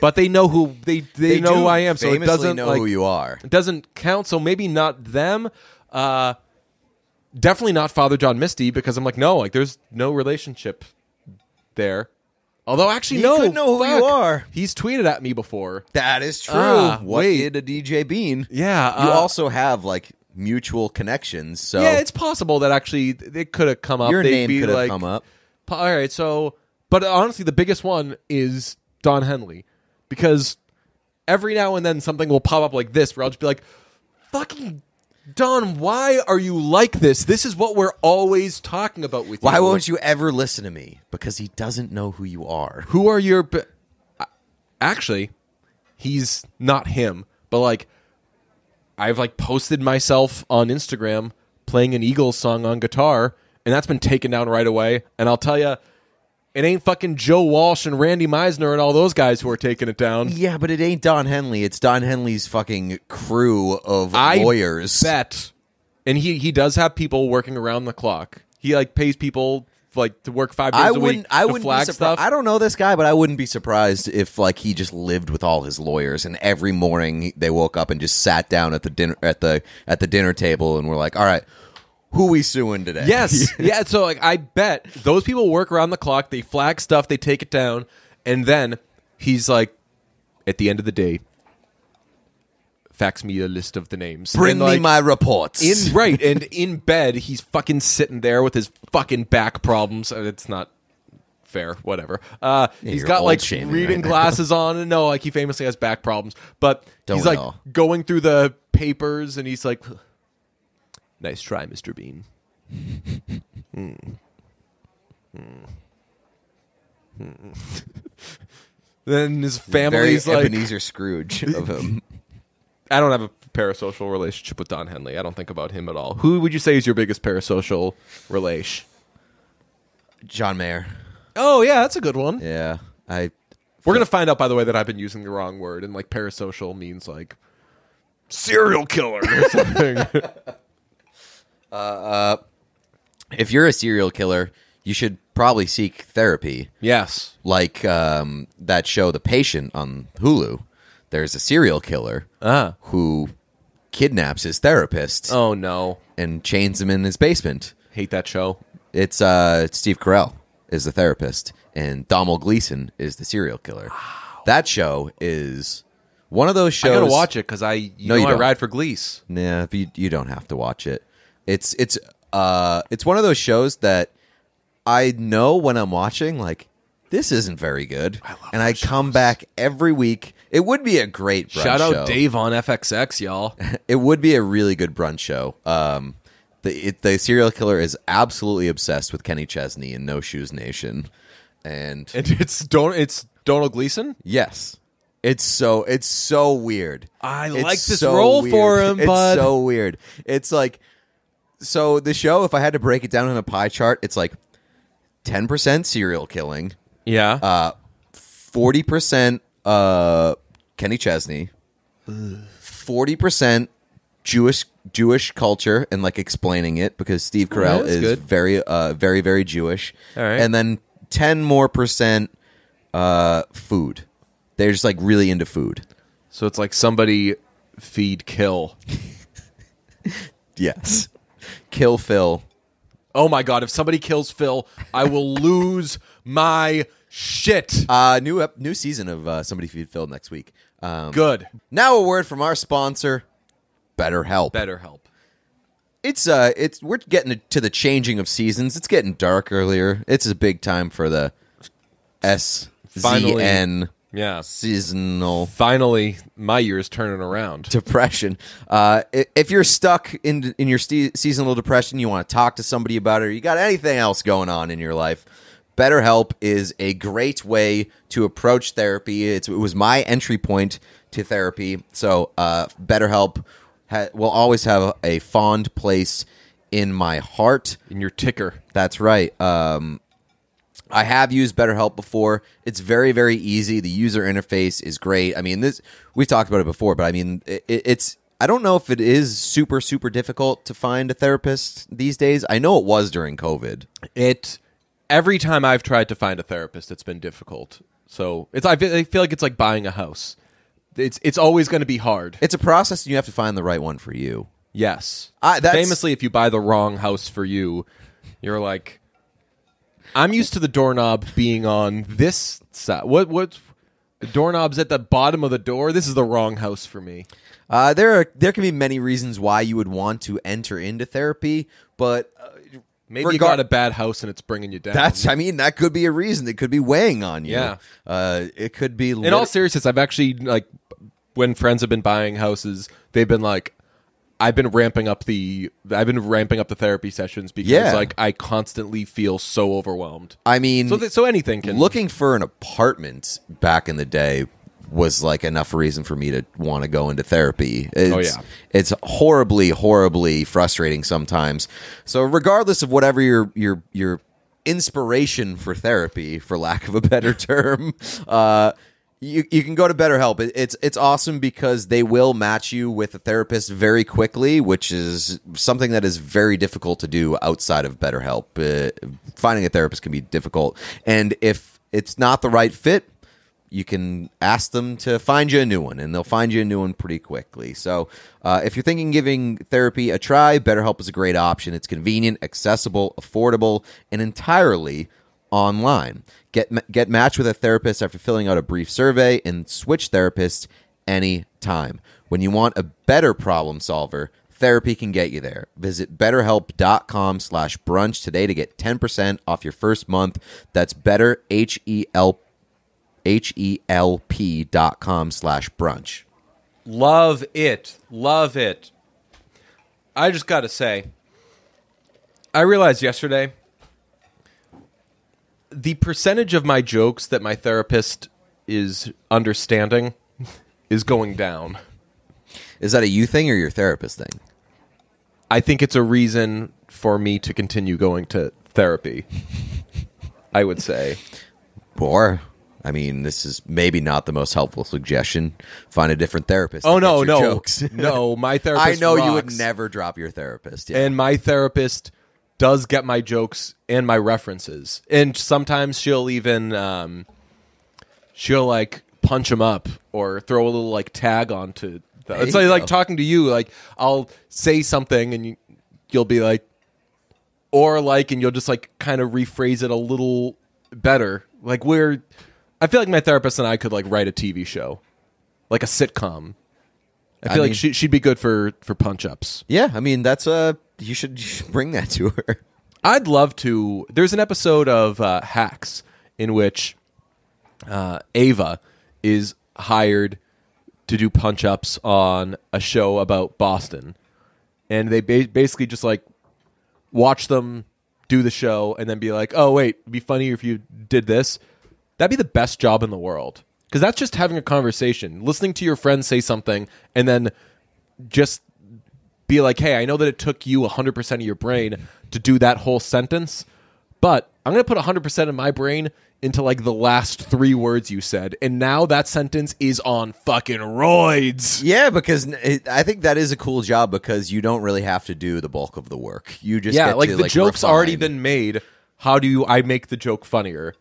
Speaker 2: But they know who they they, know
Speaker 1: do
Speaker 2: who I am, so it
Speaker 1: famously
Speaker 2: doesn't
Speaker 1: know
Speaker 2: like,
Speaker 1: who you are.
Speaker 2: it doesn't count. So maybe not them. Uh, definitely not Father John Misty because I'm like, no, like there's no relationship there. Although, actually,
Speaker 1: He
Speaker 2: no,
Speaker 1: could know who you
Speaker 2: fuck.
Speaker 1: are.
Speaker 2: He's tweeted at me before.
Speaker 1: That is true.
Speaker 2: Ah,
Speaker 1: what
Speaker 2: wait.
Speaker 1: did a DJ Bean?
Speaker 2: Yeah,
Speaker 1: you
Speaker 2: uh,
Speaker 1: also have like mutual connections, so
Speaker 2: Yeah, it's possible that actually th- it could have come up.
Speaker 1: your
Speaker 2: They'd
Speaker 1: name
Speaker 2: be
Speaker 1: could have
Speaker 2: like-
Speaker 1: come up.
Speaker 2: Po- All right, so but honestly, the biggest one is Don Henley because every now and then something will pop up like this where I'll just be like, "Fucking Don, why are you like this? This is what we're always talking about with
Speaker 1: Why
Speaker 2: you.
Speaker 1: won't you ever listen to me? Because he doesn't know who you are.
Speaker 2: Who are your? b- I- Actually, he's not him, but like I've like posted myself on Instagram playing an Eagles song on guitar, and that's been taken down right away. And I'll tell you, it ain't fucking Joe Walsh and Randy Meisner and all those guys who are taking it down.
Speaker 1: Yeah, but it ain't Don Henley. It's Don Henley's fucking crew of
Speaker 2: I
Speaker 1: lawyers.
Speaker 2: bet, and he he does have people working around the clock. He like pays people like to work five days
Speaker 1: I
Speaker 2: a week
Speaker 1: wouldn't. I
Speaker 2: to
Speaker 1: wouldn't.
Speaker 2: flag
Speaker 1: be surpri-
Speaker 2: stuff.
Speaker 1: I don't know this guy, but I wouldn't be surprised if like he just lived with all his lawyers, and every morning they woke up and just sat down at the dinner at the at the dinner table, and were like, "All right, who we suing today?"
Speaker 2: Yes. yeah. So like I bet those people work around the clock, they flag stuff, they take it down, and then he's like at the end of the day, fax me a list of the names.
Speaker 1: bring
Speaker 2: And,
Speaker 1: me
Speaker 2: like,
Speaker 1: my reports.
Speaker 2: in right and in bed he's fucking sitting there with his fucking back problems Uh, it's not fair whatever uh he's
Speaker 1: you're
Speaker 2: got
Speaker 1: old
Speaker 2: like
Speaker 1: shaming
Speaker 2: reading
Speaker 1: right now.
Speaker 2: glasses on and no like he famously has back problems but
Speaker 1: Don't
Speaker 2: he's
Speaker 1: we
Speaker 2: like
Speaker 1: all?
Speaker 2: going through the papers and he's like nice try mr bean Hmm. Hmm. Hmm. then his
Speaker 1: very
Speaker 2: family's like
Speaker 1: Ebenezer Scrooge of um, him.
Speaker 2: I don't have a parasocial relationship with Don Henley. I don't think about him at all. Who would you say is your biggest parasocial relation?
Speaker 1: John Mayer.
Speaker 2: Oh yeah, that's a good one.
Speaker 1: Yeah, I.
Speaker 2: We're gonna find out, by the way, that I've been using the wrong word, and like parasocial means like serial killer or something.
Speaker 1: If you're a serial killer, you should probably seek therapy.
Speaker 2: yes.
Speaker 1: Like um, that show, The Patient on Hulu. There's a serial killer
Speaker 2: Ah.
Speaker 1: who kidnaps his therapist
Speaker 2: Oh no,
Speaker 1: and chains him in his basement.
Speaker 2: hate that show.
Speaker 1: It's uh, Steve Carell is the therapist, and Donald Gleason is the serial killer. That show is one of those shows.
Speaker 2: I gotta watch it because I you
Speaker 1: No,
Speaker 2: know
Speaker 1: you
Speaker 2: I
Speaker 1: don't.
Speaker 2: ride for Gleese.
Speaker 1: Nah, but you, you don't have to watch it. It's it's uh it's one of those shows that I know when I'm watching like this isn't very good, and I come back every week. It would be a great brunch
Speaker 2: Shout out
Speaker 1: show.
Speaker 2: Dave on FXX, y'all.
Speaker 1: It would be a really good brunch show. Um, the it, the serial killer is absolutely obsessed with Kenny Chesney and No Shoes Nation, and
Speaker 2: and it's Don. It's Donald Gleason.
Speaker 1: yes, it's so it's so weird.
Speaker 2: I
Speaker 1: It's
Speaker 2: like this
Speaker 1: so
Speaker 2: role
Speaker 1: weird.
Speaker 2: for him,
Speaker 1: it's
Speaker 2: bud.
Speaker 1: so weird. It's like so the show. If I had to break it down in a pie chart, it's like ten percent serial killing,
Speaker 2: yeah.
Speaker 1: forty percent uh, Kenny Chesney, forty percent Jewish Jewish culture and like explaining it because Steve Carell
Speaker 2: that's
Speaker 1: is
Speaker 2: Oh, good.
Speaker 1: very uh, very very Jewish,
Speaker 2: All right.
Speaker 1: and then ten more percent uh, food. They're just like really into food.
Speaker 2: so it's like somebody feed kill.
Speaker 1: Yes, kill Phil.
Speaker 2: Oh my god, if somebody kills Phil, I will lose my shit.
Speaker 1: Uh, new ep- new season of uh, Somebody Feed Phil next week. Um,
Speaker 2: Good.
Speaker 1: now a word from our sponsor, BetterHelp.
Speaker 2: Better help.
Speaker 1: It's uh, it's we're getting to the changing of seasons. It's getting dark earlier. It's a big time for the S Z N
Speaker 2: Finally. Yeah.
Speaker 1: seasonal
Speaker 2: Finally, my year is turning around.
Speaker 1: depression. Uh, i- if you're stuck in in your ste seasonal depression, you want to talk to somebody about it, or you got anything else going on in your life, BetterHelp is a great way to approach therapy. It's, it was my entry point to therapy, so uh, BetterHelp ha- will always have a fond place in my heart.
Speaker 2: In your ticker.
Speaker 1: That's right. Um, I have used BetterHelp before. It's very, very easy. The user interface is great. I mean, this we've talked about it before, but I mean, it, it's. I don't know if it is super, super difficult to find a therapist these days. I know it was during COVID.
Speaker 2: It every time I've tried to find a therapist, it's been difficult. So it's I feel, I feel like it's like buying a house. It's it's always going to be hard.
Speaker 1: It's a process, and you have to find the right one for you.
Speaker 2: Yes.
Speaker 1: I- that's-
Speaker 2: Famously, if you buy the wrong house for you, you're like, I'm used to the doorknob being on this side. What what the doorknob's at the bottom of the door? This is the wrong house for me.
Speaker 1: Uh, there are there can be many reasons why you would want to enter into therapy, but uh,
Speaker 2: Maybe you
Speaker 1: Regar-
Speaker 2: got a bad house and it's bringing you down.
Speaker 1: that's I mean that could be a reason. It could be weighing on you.
Speaker 2: Yeah.
Speaker 1: uh, it could be.
Speaker 2: in all seriousness. I've actually like when friends have been buying houses, they've been like, I've been ramping up the I've been ramping up the therapy sessions because
Speaker 1: Yeah.
Speaker 2: like I constantly feel so overwhelmed.
Speaker 1: I mean,
Speaker 2: So th- so anything can
Speaker 1: looking for an apartment back in the day was like enough reason for me to want to go into therapy. It's,
Speaker 2: yeah.
Speaker 1: it's horribly, horribly frustrating sometimes. So regardless of whatever your your your inspiration for therapy, for lack of a better term, uh, you you can go to BetterHelp. It, it's it's awesome because they will match you with a therapist very quickly, which is something that is very difficult to do outside of BetterHelp. Uh, finding a therapist can be difficult, and if it's not the right fit, you can ask them to find you a new one, and they'll find you a new one pretty quickly. So, uh, if you're thinking giving therapy a try, BetterHelp is a great option. It's convenient, accessible, affordable, and entirely online. Get ma- get matched with a therapist after filling out a brief survey, and switch therapists anytime. When you want a better problem solver, therapy can get you there. Visit betterhelp.com slash brunch today to get 10% off your first month. That's better, E H-E-L-P H-E-L-P E dot com slash brunch.
Speaker 2: Love it. Love it. I just got to say, I realized yesterday the percentage of my jokes that my therapist is understanding is going down.
Speaker 1: Is that a you thing or your therapist thing?
Speaker 2: I think it's a reason for me to continue going to therapy. I would say.
Speaker 1: Or, I mean, this is maybe not the most helpful suggestion. Find a different therapist.
Speaker 2: Oh
Speaker 1: to
Speaker 2: no,
Speaker 1: get your
Speaker 2: no.
Speaker 1: jokes.
Speaker 2: No, my therapist
Speaker 1: I know you would
Speaker 2: rocks.
Speaker 1: never drop your therapist. Yeah.
Speaker 2: and my therapist does get my jokes and my references and sometimes she'll even um, she'll like punch them up or throw a little like tag onto the, it's
Speaker 1: you
Speaker 2: like, like
Speaker 1: go.
Speaker 2: talking to you like i'll say something and you, you'll be like or like and you'll just like kind of rephrase it a little better like we're i feel like my therapist and i could like write a tv show like a sitcom i feel like
Speaker 1: mean-
Speaker 2: she, she'd be good for for punch ups
Speaker 1: yeah, I mean, that's a, you should, you should bring that to her.
Speaker 2: I'd love to. There's an episode of uh, Hacks in which uh, Ava is hired to do punch ups on a show about Boston, and they ba- basically just like watch them do the show and then be like, "Oh wait, it'd be funnier if you did this." That'd be the best job in the world because that's just having a conversation, listening to your friend say something, and then just be like, hey, I know that it took you 100% of your brain to do that whole sentence, but I'm going to put 100% of my brain into like the last three words you said. And now that sentence is on fucking roids.
Speaker 1: Yeah, because n- it, I think that is a cool job because you don't really have to do the bulk of the work. You just
Speaker 2: Yeah,
Speaker 1: get
Speaker 2: like
Speaker 1: to,
Speaker 2: the joke's already
Speaker 1: refine.
Speaker 2: been made. How do you, I make the joke funnier?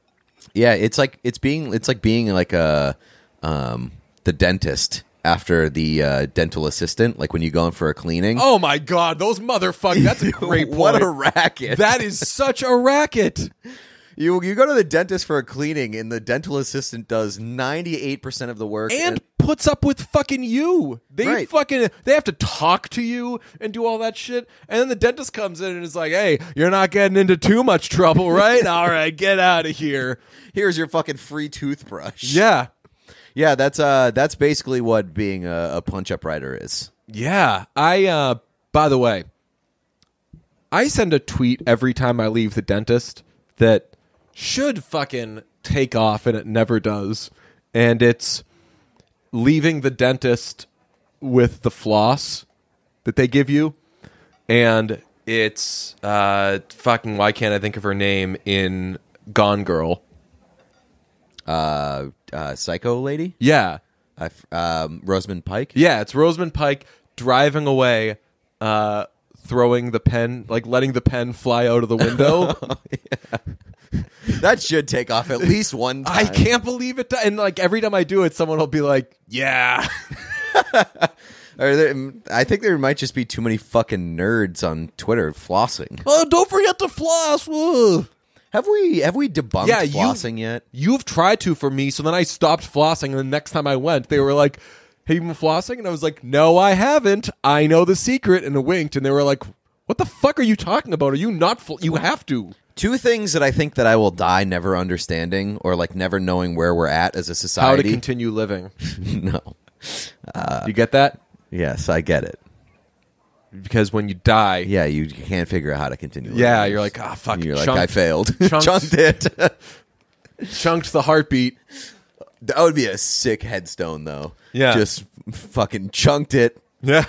Speaker 1: Yeah, it's like it's being it's like being like a um the dentist after the uh, dental assistant, like when you go in for a cleaning.
Speaker 2: Oh my God, those motherfuckers. That's a great point.
Speaker 1: what a racket!
Speaker 2: that is such a racket.
Speaker 1: you you go to the dentist for a cleaning, and the dental assistant does ninety eight percent of the work.
Speaker 2: and puts up with fucking you. They
Speaker 1: Right.
Speaker 2: fucking they have to talk to you and do all that shit. And then the dentist comes in and is like, "Hey, you're not getting into too much trouble, right? all right, get out of here."
Speaker 1: here's your fucking free toothbrush.
Speaker 2: Yeah,
Speaker 1: yeah, that's uh that's basically what being a, a punch up writer is.
Speaker 2: yeah. I uh, by the way, I send a tweet every time I leave the dentist that should fucking take off, and it never does. And it's leaving the dentist with the floss that they give you. and it's uh fucking why can't I think of her name in Gone Girl?
Speaker 1: Uh, uh psycho lady,
Speaker 2: Yeah.
Speaker 1: I f um, Rosamund Pike.
Speaker 2: Yeah, it's Rosamund Pike driving away uh throwing the pen like letting the pen fly out of the window.
Speaker 1: That should take off at least one. Time.
Speaker 2: I can't believe it di- and like every time I do it someone will be like, "Yeah."
Speaker 1: Or there, I think there might just be too many fucking nerds on Twitter flossing.
Speaker 2: oh, don't forget to floss. Woo.
Speaker 1: Have we have we debunked
Speaker 2: Yeah, you-
Speaker 1: flossing yet?
Speaker 2: You've tried to for me, so then I stopped flossing. And the next time I went, they were like, "Have you been flossing?" And I was like, "No, I haven't. I know the secret." And I winked, and they were like, "What the fuck are you talking about? Are you not? Fl- you have to."
Speaker 1: Two things that I think that I will die never understanding or like never knowing where we're at as a
Speaker 2: How to
Speaker 1: society.
Speaker 2: continue living?
Speaker 1: no.
Speaker 2: you get that?
Speaker 1: Yes, I get it.
Speaker 2: Because when you die,
Speaker 1: Yeah,
Speaker 2: yeah,
Speaker 1: you can't figure out how to continue. living.
Speaker 2: you're like, ah, fuck,
Speaker 1: you're
Speaker 2: chunked,
Speaker 1: like I failed.
Speaker 2: Chunks.
Speaker 1: Chunked it.
Speaker 2: chunked the heartbeat.
Speaker 1: That would be a sick headstone, though.
Speaker 2: Yeah.
Speaker 1: just fucking chunked it.
Speaker 2: Yeah,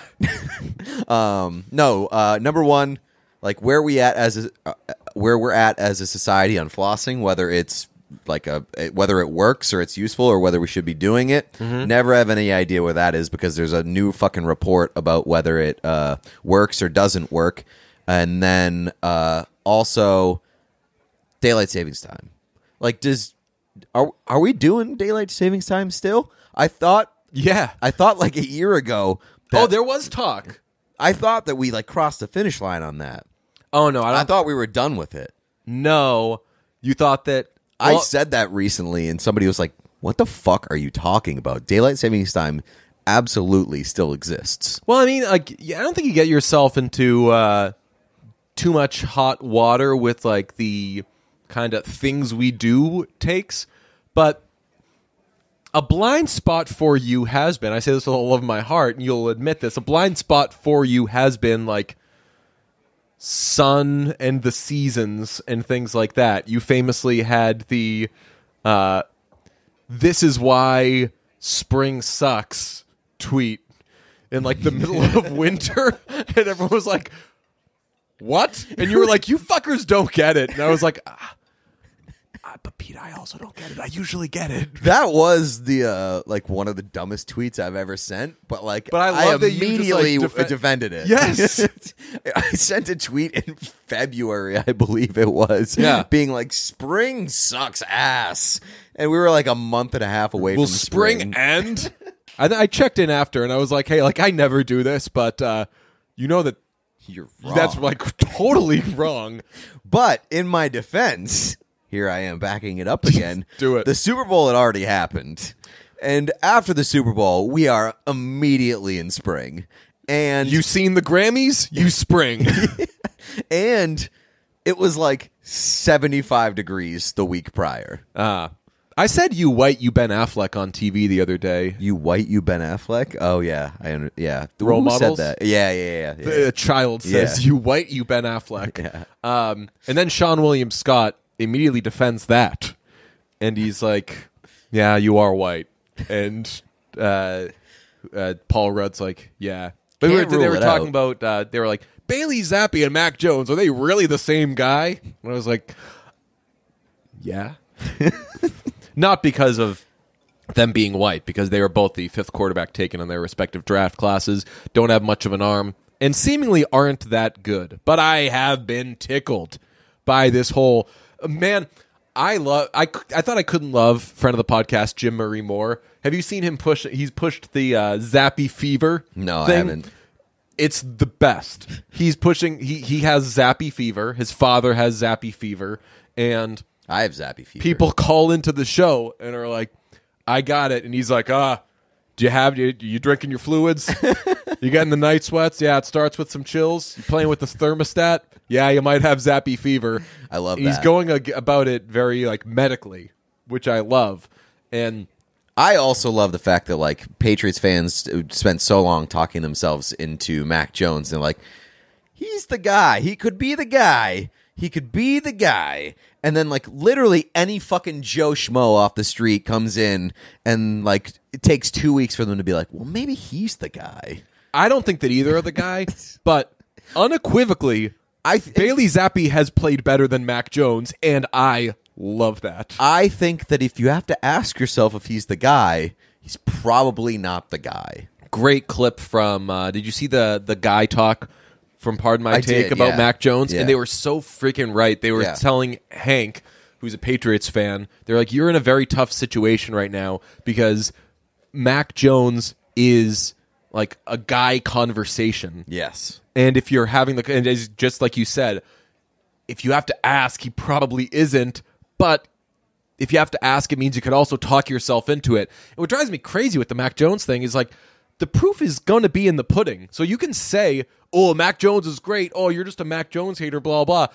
Speaker 1: Um, no, uh, number one, like where we at as a, uh, where we're at as a society on flossing, whether it's like a it- whether it works or it's useful or whether we should be doing it. Never have any idea where that is because there's a new fucking report about whether it uh, works or doesn't work, and then uh, also daylight savings time. Like, does are are we doing daylight savings time still? I thought
Speaker 2: yeah.
Speaker 1: I thought like a year ago. that-
Speaker 2: oh, there was talk.
Speaker 1: I thought that we like crossed the finish line on that.
Speaker 2: Oh no, I don't.
Speaker 1: I thought we were done with it.
Speaker 2: no, you thought that.
Speaker 1: I
Speaker 2: well,
Speaker 1: said that recently, and somebody was like, "What the fuck are you talking about? Daylight savings time absolutely still exists."
Speaker 2: Well, I mean, like, yeah, I don't think you get yourself into uh, too much hot water with like the kind of things we do takes, but a blind spot for you has been. I say this with all of my heart, and you'll admit this. A blind spot for you has been like sun and the seasons and things like that. You famously had the uh, "This is why spring sucks" tweet in like the middle of winter, and everyone was like, "What?" And you were like, "You fuckers don't get it," and I was like. Ah, ah, but Pete, I also don't get it. I usually get it.
Speaker 1: That was the uh, like one of the dumbest tweets I've ever sent, but like,
Speaker 2: But I love that you just,
Speaker 1: immediately
Speaker 2: like, defe-
Speaker 1: defended it.
Speaker 2: Yes.
Speaker 1: I sent a tweet in February, I believe it was,
Speaker 2: Yeah.
Speaker 1: being like, "Spring sucks ass," and we were like a month and a half away
Speaker 2: Will
Speaker 1: from
Speaker 2: spring, end? I, I checked in after and I was like, hey, like I never do this, but uh, you know that
Speaker 1: You're wrong.
Speaker 2: that's like totally wrong.
Speaker 1: But in my defense, here I am backing it up again.
Speaker 2: Do it.
Speaker 1: The Super Bowl had already happened. And after the Super Bowl, we are immediately in spring. And
Speaker 2: You seen the Grammys? You spring.
Speaker 1: and it was like 75 degrees the week prior.
Speaker 2: uh, I said you white, you Ben Affleck on TV the other day.
Speaker 1: You white, you Ben Affleck. Oh yeah, I under- yeah. The
Speaker 2: Role
Speaker 1: Who
Speaker 2: models?
Speaker 1: said that? Yeah, yeah, yeah. yeah.
Speaker 2: A child says,
Speaker 1: Yeah.
Speaker 2: you white, you Ben Affleck. Um, and then Sean William Scott immediately defends that. And he's like, yeah, you are white. And uh, uh, Paul Rudd's like, yeah. But we were,
Speaker 1: Can't
Speaker 2: they
Speaker 1: rule
Speaker 2: were
Speaker 1: it
Speaker 2: talking
Speaker 1: out.
Speaker 2: about, uh, they were like, Bailey Zappi and Mac Jones, are they really the same guy? And I was like, yeah. Not because of them being white, because they were both the fifth quarterback taken in their respective draft classes, don't have much of an arm, and seemingly aren't that good. But I have been tickled by this whole man. I love. I, c- I thought I couldn't love friend of the podcast Jim Murray more. Have you seen him push? He's pushed the uh, Zappy Fever.
Speaker 1: No,
Speaker 2: thing?
Speaker 1: I haven't.
Speaker 2: it's the best. He's pushing. He he has Zappy Fever. His father has Zappy Fever, and
Speaker 1: I have zappy fever.
Speaker 2: people call into the show and are like, "I got it," and he's like, "Ah, do you have you, you drinking your fluids? you getting the night sweats? Yeah, it starts with some chills. You playing with the thermostat? Yeah, you might have zappy fever.
Speaker 1: I love
Speaker 2: He's
Speaker 1: that.
Speaker 2: going ag- about it very like medically, which I love, and
Speaker 1: I also love the fact that like Patriots fans spent so long talking themselves into Mac Jones and like he's the guy. He could be the guy. He could be the guy. And then like literally any fucking Joe Schmo off the street comes in and like it takes 2 weeks for them to be like, "Well, maybe he's the guy."
Speaker 2: I don't think that either of the guy, but unequivocally.
Speaker 1: I th-
Speaker 2: Bailey Zappi has played better than Mac Jones, and I love that.
Speaker 1: I think that if you have to ask yourself if he's the guy, he's probably not the guy.
Speaker 2: great clip from uh, did you see the the guy talk from pardon my
Speaker 1: I
Speaker 2: take
Speaker 1: did,
Speaker 2: about
Speaker 1: yeah.
Speaker 2: mac jones
Speaker 1: Yeah.
Speaker 2: and they were so freaking right they were
Speaker 1: Yeah.
Speaker 2: telling hank who's a patriots fan they're like you're in a very tough situation right now because mac jones is like a guy conversation
Speaker 1: Yes.
Speaker 2: and if you're having the and it's just like you said if you have to ask, he probably isn't. But if you have to ask, it means you could also talk yourself into it. And what drives me crazy with the Mac Jones thing is like the proof is going to be in the pudding. So you can say, "Oh, Mac Jones is great. Oh, you're just a Mac Jones hater." Blah blah.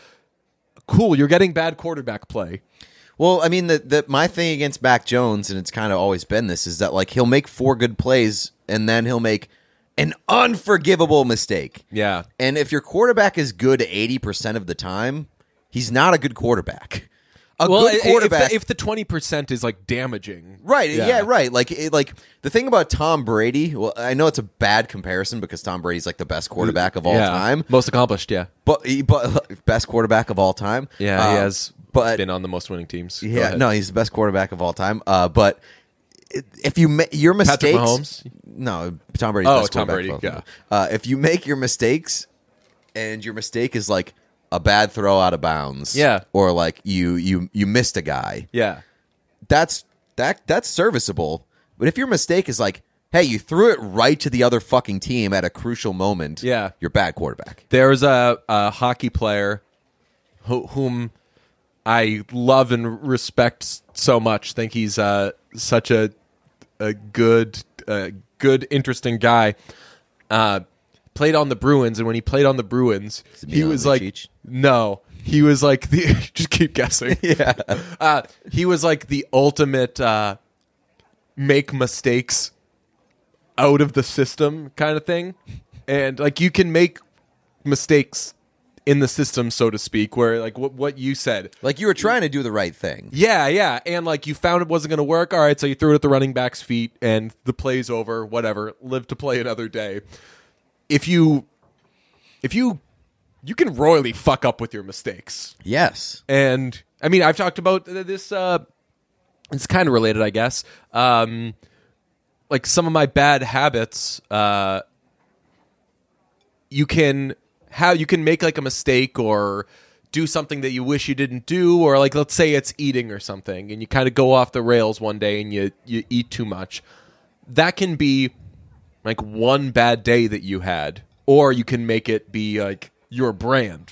Speaker 2: Cool, you're getting bad quarterback play.
Speaker 1: Well, I mean, the, the my thing against Mac Jones, and it's kind of always been this, is that like he'll make four good plays and then he'll make an unforgivable mistake.
Speaker 2: Yeah,
Speaker 1: And if your quarterback is good 80% of the time, he's not a good quarterback. A
Speaker 2: i- i-
Speaker 1: good
Speaker 2: if the-
Speaker 1: quarterback.
Speaker 2: If the twenty percent is like damaging,
Speaker 1: right. Yeah. right. Like it, like the thing about Tom Brady, well I know it's a bad comparison because Tom Brady's like the best quarterback of all
Speaker 2: Yeah.
Speaker 1: time,
Speaker 2: most accomplished. Yeah,
Speaker 1: but he- but best quarterback of all time.
Speaker 2: yeah, he
Speaker 1: Um,
Speaker 2: has
Speaker 1: but
Speaker 2: been on the most winning teams. Go
Speaker 1: yeah,
Speaker 2: ahead.
Speaker 1: no, he's the best quarterback of all time. Uh, but i- if you make your mistakes,
Speaker 2: Mahomes?
Speaker 1: no, Tom Brady's
Speaker 2: Oh,
Speaker 1: best
Speaker 2: Tom
Speaker 1: quarterback of
Speaker 2: Brady,
Speaker 1: all time. Uh, if you make your mistakes, and your mistake is like a bad throw out of bounds,
Speaker 2: Yeah.
Speaker 1: or like you you you missed a guy,
Speaker 2: yeah,
Speaker 1: that's that that's serviceable. But if your mistake is like, hey, you threw it right to the other fucking team at a crucial moment,
Speaker 2: Yeah.
Speaker 1: you're a bad quarterback.
Speaker 2: There's a, a hockey player who, whom I love and respect s- so much. Think he's uh, such a a good, uh, good, interesting guy. Uh, played on the Bruins, and when he played on the Bruins,
Speaker 1: it
Speaker 2: he
Speaker 1: Milan
Speaker 2: was like,
Speaker 1: Lucic?
Speaker 2: no, he was like the. just keep guessing. Yeah, uh, he was like the ultimate uh, make mistakes out of the system kind of thing. And like you can make mistakes in the system, so to speak, where like what what you said.
Speaker 1: Like you were trying to do the right thing.
Speaker 2: Yeah, yeah. And like you found it wasn't gonna work. All right, so you threw it at the running back's feet and the play's over, whatever. Live to play another day. If you if you you can royally fuck up with your mistakes.
Speaker 1: Yes.
Speaker 2: And I mean, I've talked about th- this. Uh, it's kind of related, I guess. Um, like some of my bad habits, uh, you can how you can make like a mistake or do something that you wish you didn't do, or like let's say it's eating or something, and you kind of go off the rails one day and you you eat too much. That can be like one bad day that you had, or you can make it be like your brand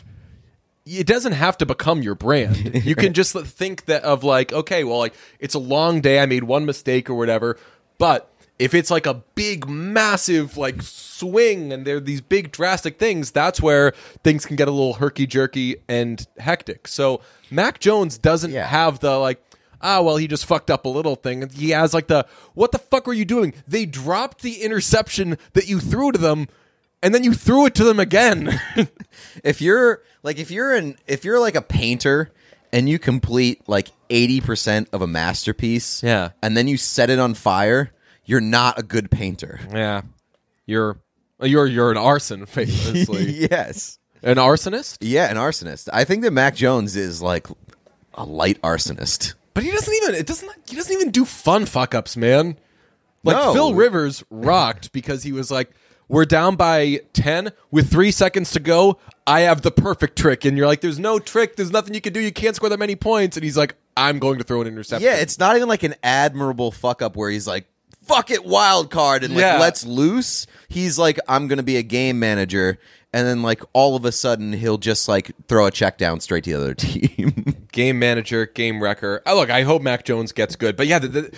Speaker 2: it doesn't have to become your brand. You can just think that of like, okay, well, like it's a long day. I made one mistake or whatever. But if it's like a big, massive like swing and there are these big drastic things, that's where things can get a little herky jerky and hectic. So Mac Jones doesn't
Speaker 1: Yeah.
Speaker 2: have the like, ah, well, he just fucked up a little thing. He has like the, what the fuck were you doing? They dropped the interception that you threw to them. And then you threw it to them again.
Speaker 1: if you're like if you're an if you're like a painter and you complete like 80% of a masterpiece
Speaker 2: Yeah.
Speaker 1: and then you set it on fire you're not a good painter
Speaker 2: Yeah, you're you're you're an arson, famously
Speaker 1: yes
Speaker 2: an arsonist.
Speaker 1: yeah an arsonist i think that mac jones is like a light arsonist
Speaker 2: But he doesn't even it doesn't he doesn't even do fun fuck ups, man. Like
Speaker 1: No.
Speaker 2: Phil Rivers rocked because he was like, "We're down by ten with three seconds to go. I have the perfect trick," and you're like, "There's no trick. There's nothing you can do. You can't score that many points." And he's like, "I'm going to throw an interception."
Speaker 1: yeah it's not even like an admirable fuck up where he's like fuck it wild card and like
Speaker 2: Yeah.
Speaker 1: let's loose he's like i'm gonna be a game manager and then like all of a sudden he'll just like throw a check down straight to the other team
Speaker 2: game manager, game wrecker. Oh, look, I hope Mac Jones gets good. But yeah, the, the,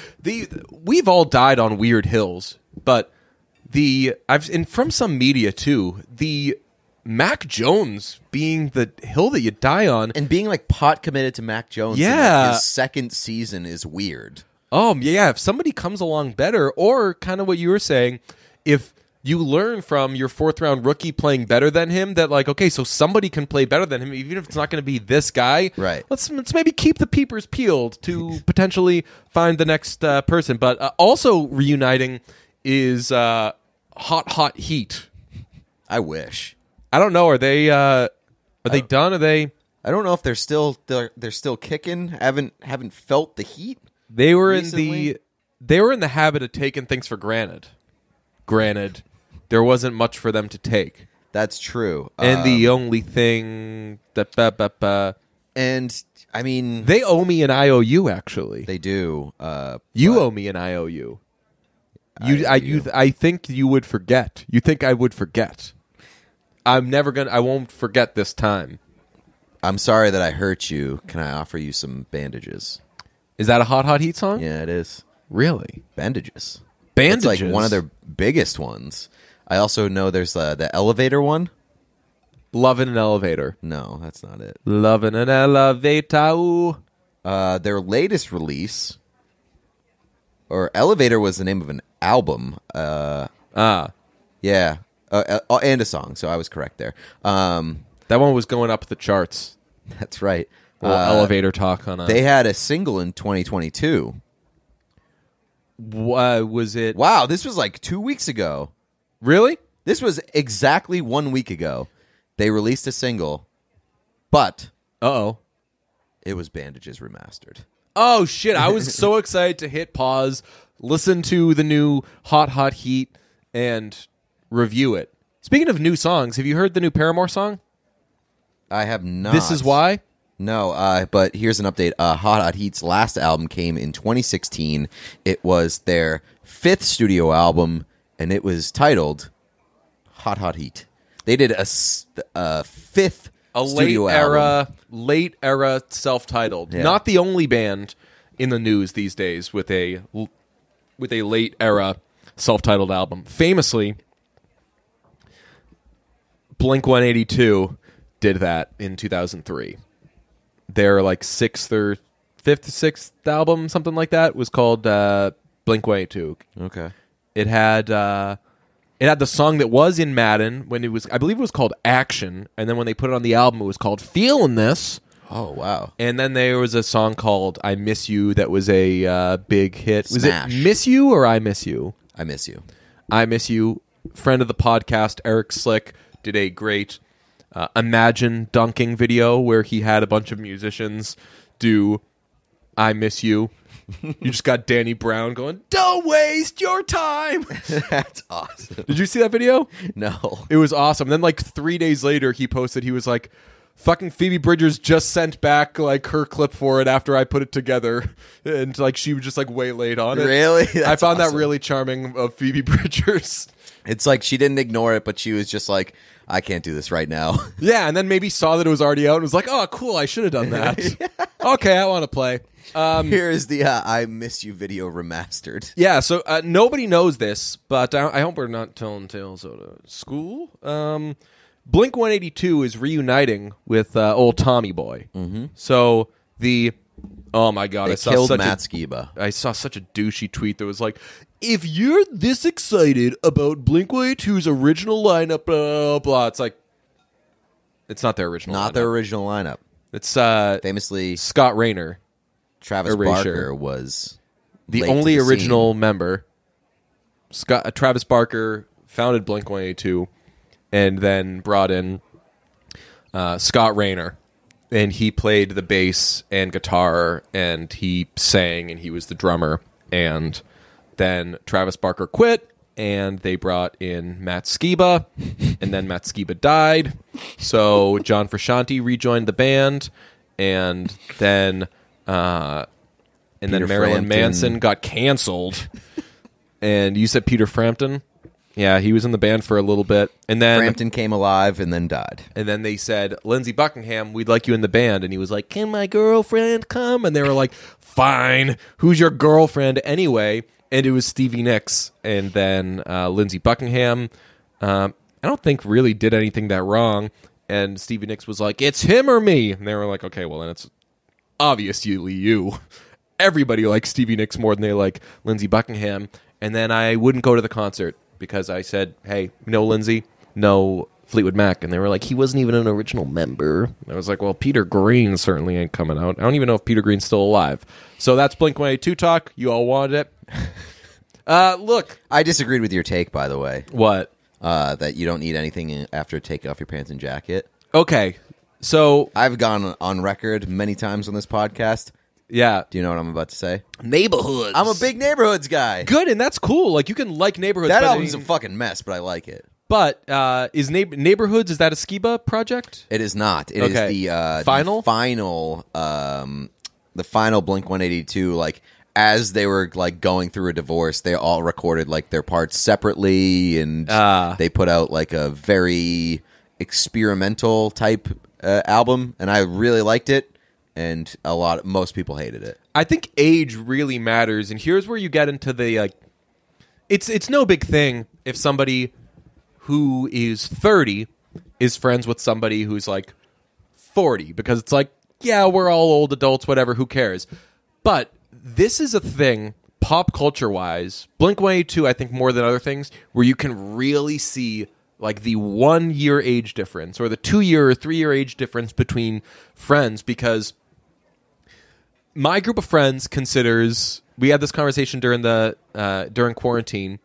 Speaker 2: the we've all died on weird hills, but the I've and from some media too, the Mac Jones being the hill that you die on.
Speaker 1: and being like pot committed to Mac Jones in
Speaker 2: Yeah.
Speaker 1: like, his second season is weird.
Speaker 2: Oh yeah, if somebody comes along better, or kind of what you were saying, if you learn from your fourth round rookie playing better than him, that like okay, so somebody can play better than him, even if it's not going to be this guy.
Speaker 1: Right.
Speaker 2: Let's let's maybe keep the peepers peeled to potentially find the next uh, person. But uh, also reuniting is uh, hot, hot heat.
Speaker 1: I wish.
Speaker 2: I don't know. Are they uh, are they done? Are they?
Speaker 1: I don't know if they're still they're, they're still kicking. haven't haven't felt the heat.
Speaker 2: They were in
Speaker 1: Recently?
Speaker 2: the they were in the habit of taking things for granted. Granted, there wasn't much for them to take,
Speaker 1: That's true.
Speaker 2: and
Speaker 1: Uh,
Speaker 2: the only thing that ba, ba, ba-
Speaker 1: and I mean they,
Speaker 2: they owe me an IOU. Actually,
Speaker 1: do. Uh,
Speaker 2: you owe me an IOU. You, I, you, I think you would forget. You think I would forget? I'm never gonna. I won't forget this time.
Speaker 1: I'm sorry that I hurt you. Can I offer you some bandages?
Speaker 2: Is that a Hot Hot Heat song?
Speaker 1: Yeah, it is.
Speaker 2: Really?
Speaker 1: Bandages. It's
Speaker 2: Bandages.
Speaker 1: like one of their biggest ones. I also know there's uh, the elevator one.
Speaker 2: Love in an elevator.
Speaker 1: No, that's not it.
Speaker 2: Love in an elevator.
Speaker 1: Uh, their latest release, or Elevator was the name of an album. Uh,
Speaker 2: Ah,
Speaker 1: yeah, uh, uh, and a song. So I was correct there. Um,
Speaker 2: that one was going up the charts.
Speaker 1: that's right.
Speaker 2: Little
Speaker 1: Uh,
Speaker 2: elevator talk on a.
Speaker 1: They had a single in 2022.
Speaker 2: W- uh, was it
Speaker 1: Wow, this was like two weeks ago.
Speaker 2: really?
Speaker 1: This was exactly one week ago. They released a single, but
Speaker 2: Uh oh.
Speaker 1: it was Bandages Remastered.
Speaker 2: Oh shit! I was so excited to hit pause, listen to the new Hot Hot Heat, and review it. Speaking of new songs, have you heard the new Paramore song?
Speaker 1: I have not.
Speaker 2: This is why.
Speaker 1: No, uh, but here's an update. Uh, Hot Hot Heat's last album came in 2016. It was their fifth studio album, and it was titled Hot Hot Heat. They did a, s- a fifth
Speaker 2: a late
Speaker 1: studio
Speaker 2: era,
Speaker 1: album.
Speaker 2: late era self-titled.
Speaker 1: Yeah.
Speaker 2: Not the only band in the news these days with a l- with a late era self-titled album. Famously, Blink One Eighty Two did that in two thousand three. Their like sixth or fifth, sixth album, something like that, was called uh, Blink One Eighty Two.
Speaker 1: Okay.
Speaker 2: It had uh, it had the song that was in Madden when it was I believe it was called Action, and then when they put it on the album, it was called Feeling This.
Speaker 1: Oh, wow.
Speaker 2: And then there was a song called "I Miss You" that was a uh, big hit.
Speaker 1: Smash.
Speaker 2: Was it "Miss You" or "I Miss You"?
Speaker 1: I miss you.
Speaker 2: "I Miss You." Friend of the podcast, Eric Slick, did a great uh, Imagine dunking video where he had a bunch of musicians do "I Miss You." you just got Danny Brown going, "Don't waste your time."
Speaker 1: That's awesome.
Speaker 2: Did you see that video?
Speaker 1: No.
Speaker 2: It was awesome. Then like three days later, he posted. He was like, "Fucking Phoebe Bridgers just sent back like her clip for it after I put it together, and like she was just like way late on it."
Speaker 1: Really?
Speaker 2: I
Speaker 1: That's
Speaker 2: found that
Speaker 1: awesome.
Speaker 2: really charming of Phoebe Bridgers.
Speaker 1: It's like she didn't ignore it, but she was just like, I can't do this right now.
Speaker 2: yeah, and then maybe saw that it was already out and was like, "Oh, cool! I should have done that." okay, I want to play. Um,
Speaker 1: Here is the uh, I Miss You video remastered.
Speaker 2: yeah, so uh, nobody knows this, but I, I hope we're not telling tales out of school. Um, Blink 182 is reuniting with uh, old Tommy Boy. Mm-hmm. So the oh my god, I
Speaker 1: They
Speaker 2: saw
Speaker 1: killed
Speaker 2: such
Speaker 1: Matt
Speaker 2: a
Speaker 1: Skiba.
Speaker 2: I saw such a douchey tweet that was like, if you're this excited about Blink 182's original lineup, blah, blah blah, it's like it's not their original.
Speaker 1: Not
Speaker 2: lineup.
Speaker 1: their original lineup.
Speaker 2: It's uh,
Speaker 1: Famously,
Speaker 2: Scott Rayner,
Speaker 1: Travis
Speaker 2: Erasure.
Speaker 1: Barker was
Speaker 2: the
Speaker 1: late to
Speaker 2: only
Speaker 1: the
Speaker 2: original member. Scott uh, Travis Barker founded Blink One Eighty Two, and then brought in uh, Scott Rayner, and he played the bass and guitar, and he sang, and he was the drummer. And then Travis Barker quit, and they brought in Matt Skiba, and then Matt Skiba died. So John Frusciante rejoined the band, and then uh, and
Speaker 1: Peter
Speaker 2: then Marilyn
Speaker 1: Frampton.
Speaker 2: Manson got canceled. and you said Peter Frampton. Yeah, he was in the band for a little bit, and then
Speaker 1: Brampton came alive and then died.
Speaker 2: and then they said, Lindsey Buckingham, we'd like you in the band. And he was like, Can my girlfriend come? And they were like, Fine. Who's your girlfriend anyway? And it was Stevie Nicks. And then uh, Lindsey Buckingham, um, I don't think really did anything that wrong. And Stevie Nicks was like, It's him or me. And they were like, Okay, well, then it's obviously you. Everybody likes Stevie Nicks more than they like Lindsey Buckingham. And then I wouldn't go to the concert because I said, hey, no Lindsey, no Fleetwood Mac. And they were like, he wasn't even an original member. And I was like, well, Peter Green certainly ain't coming out. I don't even know if Peter Green's still alive. So that's Blink 182 talk. You all wanted it. uh, look.
Speaker 1: I disagreed with your take, by the way,
Speaker 2: What?
Speaker 1: uh, that you don't need anything after taking off your pants and jacket.
Speaker 2: Okay. So,
Speaker 1: I've gone on record many times on this podcast.
Speaker 2: yeah.
Speaker 1: Do you know what I'm about to say?
Speaker 2: Neighborhoods.
Speaker 1: I'm a big neighborhoods guy.
Speaker 2: Good, and that's cool. Like, you can like neighborhoods.
Speaker 1: That
Speaker 2: but I
Speaker 1: album's a
Speaker 2: mean-
Speaker 1: fucking mess, but I like it.
Speaker 2: But uh, is neighbor- neighborhoods is that a Skiba project?
Speaker 1: It is not. It is
Speaker 2: Okay.
Speaker 1: the uh, the
Speaker 2: Final?
Speaker 1: final, um, the final Blink One Eighty Two. Like as they were like going through a divorce, they all recorded like their parts separately, and
Speaker 2: Ah.
Speaker 1: they put out like a very experimental type uh, album, and I really liked it. And a lot, most people hated it.
Speaker 2: I think age really matters, and here's where you get into the like. It's it's no big thing if somebody who is thirty is friends with somebody who's like forty because it's like yeah we're all old adults whatever who cares, but this is a thing pop culture wise Blink One Eight Two I think more than other things where you can really see like the one year age difference or the two year or three year age difference between friends because my group of friends considers we had this conversation during the uh, during quarantine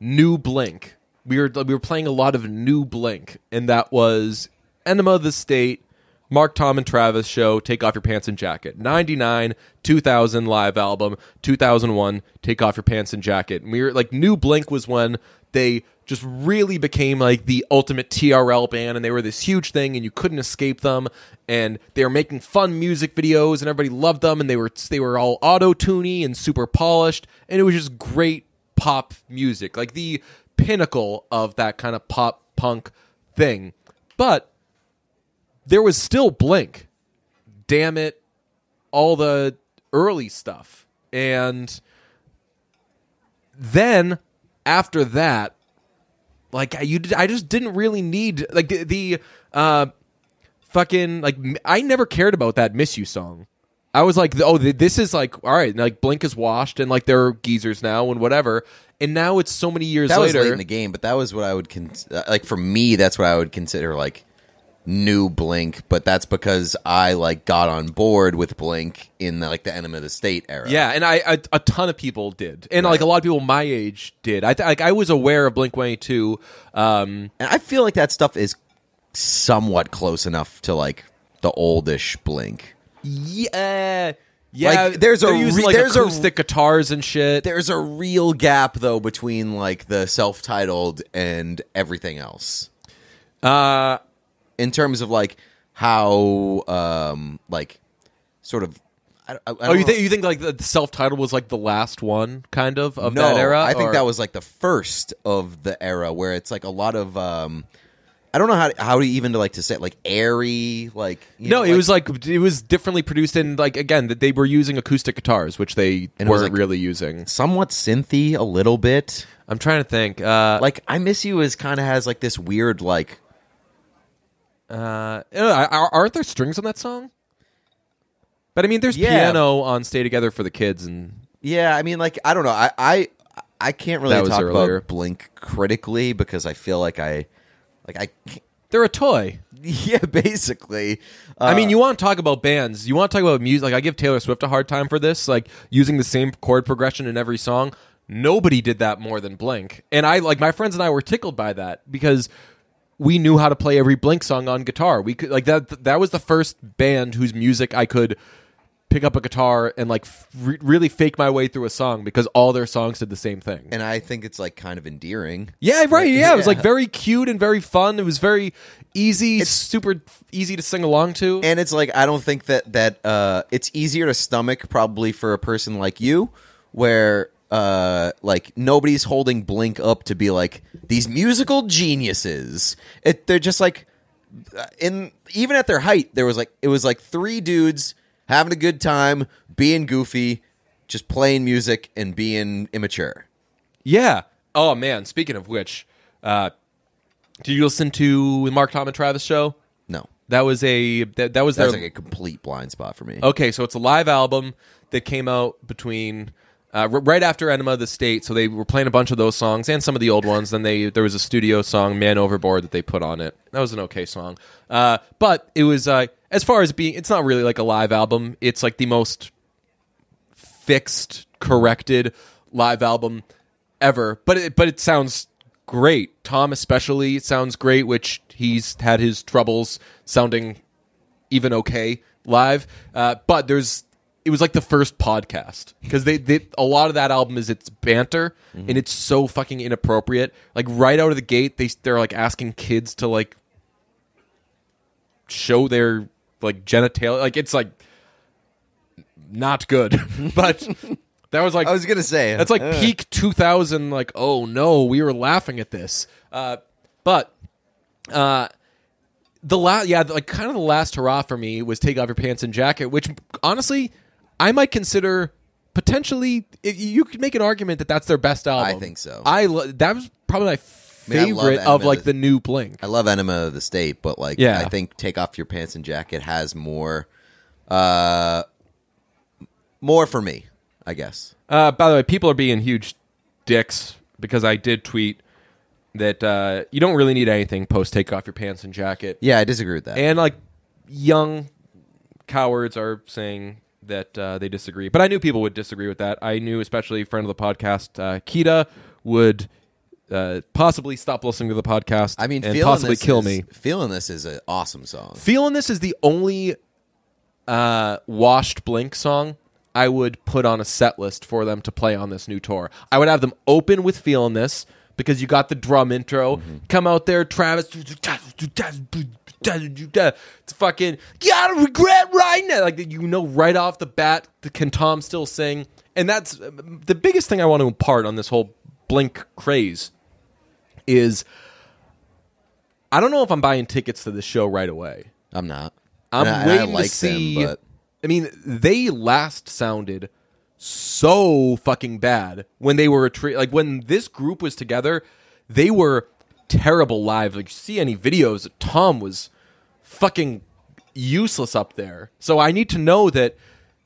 Speaker 2: new blink we were we were playing a lot of new blink and that was enema of the state mark tom and travis show take off your pants and jacket 99 2000 live album 2001 take off your pants and jacket and we were like new blink was when they just really became like the ultimate TRL band and they were this huge thing and you couldn't escape them and they were making fun music videos and everybody loved them and they were they were all auto-tuny and super polished and it was just great pop music like the pinnacle of that kind of pop punk thing but there was still blink damn it all the early stuff and then after that like I- you, did- I just didn't really need like the, the uh, fucking like m- I never cared about that "Miss You" song. I was like, oh, th- this is like all right, like Blink is washed and like they're geezers now and whatever. And now it's so many years
Speaker 1: That
Speaker 2: later.
Speaker 1: was late in the game, but that was what I would con- uh, like for me. That's what I would consider like new Blink, but that's because I like got on board with Blink in the, like the Enemy of the State era.
Speaker 2: Yeah, and I a, a ton of people did, and like a lot of people my age did. I th- like I was aware of Blink One Two. Um,
Speaker 1: and I feel like that stuff is somewhat close enough to like the oldish Blink.
Speaker 2: yeah, yeah.
Speaker 1: Like, there's a
Speaker 2: they're using,
Speaker 1: re-
Speaker 2: like,
Speaker 1: there's a-
Speaker 2: acoustic guitars and shit.
Speaker 1: There's a real gap though between like the self-titled and everything else.
Speaker 2: Uh,
Speaker 1: in terms of like how um like sort of I, I, I
Speaker 2: Oh,
Speaker 1: don't
Speaker 2: you
Speaker 1: know.
Speaker 2: think you think like the self titled was like the last one, kind of of
Speaker 1: no,
Speaker 2: that era?
Speaker 1: I think
Speaker 2: or-
Speaker 1: that was like the first of the era where it's like a lot of um I don't know how how to even to like to say it, like airy like you
Speaker 2: no.
Speaker 1: know,
Speaker 2: it was like it was differently produced, and like again that they were using acoustic guitars, which they
Speaker 1: And it was,
Speaker 2: weren't
Speaker 1: like-
Speaker 2: really using.
Speaker 1: somewhat synthy a little bit.
Speaker 2: I'm trying to think. Uh,
Speaker 1: Like I miss you is kind of has like this weird like
Speaker 2: uh, I don't know, are, aren't there strings on that song? But I mean, there's
Speaker 1: Yeah.
Speaker 2: piano on "Stay Together" for the kids, and
Speaker 1: Yeah, I mean, like I don't know, I I, I can't
Speaker 2: That
Speaker 1: really
Speaker 2: was
Speaker 1: talk
Speaker 2: earlier.
Speaker 1: about Blink critically because I feel like I, like I, can't,
Speaker 2: they're a toy.
Speaker 1: yeah, basically. Uh,
Speaker 2: I mean, you want to talk about bands, you want to talk about music. Like, I give Taylor Swift a hard time for this, like using the same chord progression in every song. Nobody did that more than Blink. And I, like, my friends and I were tickled by that because we knew how to play every Blink song on guitar. We could, like, that, that was the first band whose music I could pick up a guitar and, like, f- re- really fake my way through a song because all their songs did the same thing.
Speaker 1: and I think it's like kind of endearing.
Speaker 2: Yeah, right. Yeah, it was like
Speaker 1: yeah.
Speaker 2: very cute and very fun. It was very easy, super easy to sing along to.
Speaker 1: And it's like I don't think that that uh, it's easier to stomach probably for a person like you, where uh, like nobody's holding Blink up to be like these musical geniuses. It, they're just like uh, in even at their height, there was like it was like three dudes having a good time, being goofy, just playing music and being immature.
Speaker 2: Yeah. Oh man. Speaking of which, uh, did you listen to the Mark Tom and Travis show?
Speaker 1: No,
Speaker 2: That was a that, that was
Speaker 1: that's
Speaker 2: their
Speaker 1: like a complete blind spot for me.
Speaker 2: okay. So it's a live album that came out between uh, r- right after Enema of the State. So they were playing a bunch of those songs and some of the old ones. Then they there was a studio song Man Overboard that they put on it. That was an okay song, uh, but it was uh, as far as being it's not really like a live album. It's like the most fixed, corrected live album ever. But it, but it sounds great. Tom especially sounds great, which he's had his troubles sounding even okay live. Uh, but there's it was like the first podcast because they, they a lot of that album is it's banter and it's so fucking inappropriate. Like right out of the gate, they they're like asking kids to like show their like genitalia. Like it's like not good, but. That was like
Speaker 1: I was gonna say
Speaker 2: that's like
Speaker 1: uh,
Speaker 2: peak 2000. Like, oh no, we were laughing at this. Uh, but uh, the last, yeah, like kind of the last hurrah for me was take off your pants and jacket, which honestly, I might consider potentially. i you could make an argument that that's their best album.
Speaker 1: think so.
Speaker 2: I lo- that was probably my
Speaker 1: mean, I love
Speaker 2: favorite of
Speaker 1: Enema.
Speaker 2: like the new Blink.
Speaker 1: I love Enema of the State, but like
Speaker 2: Yeah.
Speaker 1: I think Take Off Your Pants and Jacket has more uh more for me, I guess.
Speaker 2: Uh, by the way, people are being huge dicks because I did tweet that uh, you don't really need anything post take off your pants and jacket.
Speaker 1: Yeah, I disagree with that.
Speaker 2: And like young cowards are saying that uh, they disagree. But I knew people would disagree with that. I knew, especially friend of the podcast, uh, Kita would uh, possibly stop listening to the podcast.
Speaker 1: I mean,
Speaker 2: and
Speaker 1: feeling
Speaker 2: possibly
Speaker 1: this
Speaker 2: kill
Speaker 1: is,
Speaker 2: me.
Speaker 1: Feeling this is an awesome song.
Speaker 2: Feeling this is the only uh, washed Blink song I would put on a set list for them to play on this new tour. I would have them open with Feeling This because you got the drum intro. Come out there, Travis. It's fucking gotta regret right now. Like you know right off the bat, the, can Tom still sing? And that's uh, the biggest thing I want to impart on this whole Blink craze is I don't know if I'm buying tickets to the show right away.
Speaker 1: I'm not.
Speaker 2: I'm
Speaker 1: And I- and I
Speaker 2: waiting
Speaker 1: like
Speaker 2: to see.
Speaker 1: them, but
Speaker 2: I mean, they last sounded so fucking bad when they were a tri- like when this group was together, they were terrible live. Like you see any videos, Tom was fucking useless up there. So I need to know that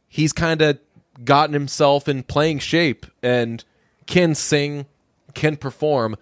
Speaker 2: he's kind of gotten himself in playing shape and can sing, can perform.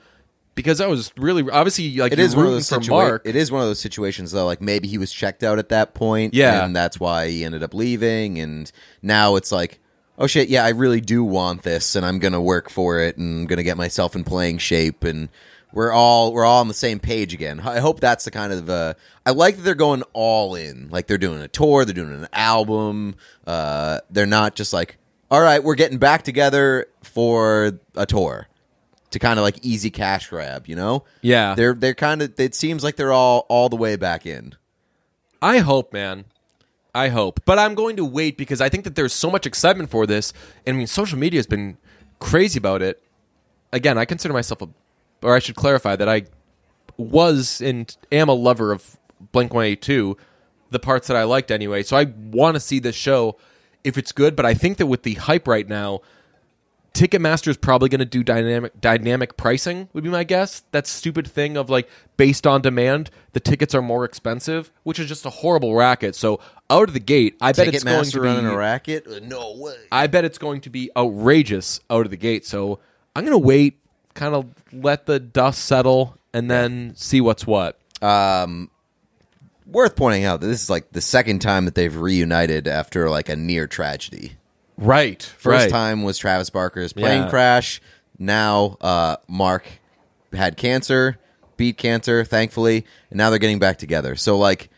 Speaker 2: Because I was really obviously like
Speaker 1: it
Speaker 2: you're
Speaker 1: is one of
Speaker 2: rooting
Speaker 1: those
Speaker 2: for
Speaker 1: situations.
Speaker 2: Mark.
Speaker 1: It is one of those situations though. Like maybe he was checked out at that point,
Speaker 2: Yeah.
Speaker 1: and that's why he ended up leaving. And now it's like, oh shit, yeah, I really do want this, and I'm gonna work for it, and I'm gonna get myself in playing shape, and we're all we're all on the same page again. I hope that's the kind of uh, I like that they're going all in. Like they're doing a tour, they're doing an album. Uh, they're not just like, all right, we're getting back together for a tour. To kind of like easy cash grab, you know?
Speaker 2: Yeah.
Speaker 1: they're they're kind of. It seems like they're all all the way back in.
Speaker 2: I hope, man. I hope. But I'm going to wait because I think that there's so much excitement for this. And I mean, social media has been crazy about it. Again, I consider myself a, or I should clarify that I was and am a lover of Blink 182, the parts that I liked anyway. So I want to see this show if it's good. But I think that with the hype right now, Ticketmaster is probably going to do dynamic dynamic pricing would be my guess. That stupid thing of like based on demand, the tickets are more expensive, which is just a horrible racket. So out of the gate, I bet it's going to
Speaker 1: Ticketmaster
Speaker 2: be
Speaker 1: running a racket? Uh, No way.
Speaker 2: I bet it's going to be outrageous out of the gate. So I'm going to wait, kind of let the dust settle, and then see what's what.
Speaker 1: Worth pointing out that this is like the second time that they've reunited after like a near tragedy.
Speaker 2: Right.
Speaker 1: First
Speaker 2: right.
Speaker 1: time was Travis Barker's plane
Speaker 2: Yeah.
Speaker 1: crash. Now uh, Mark had cancer, beat cancer, thankfully, and now they're getting back together. So like,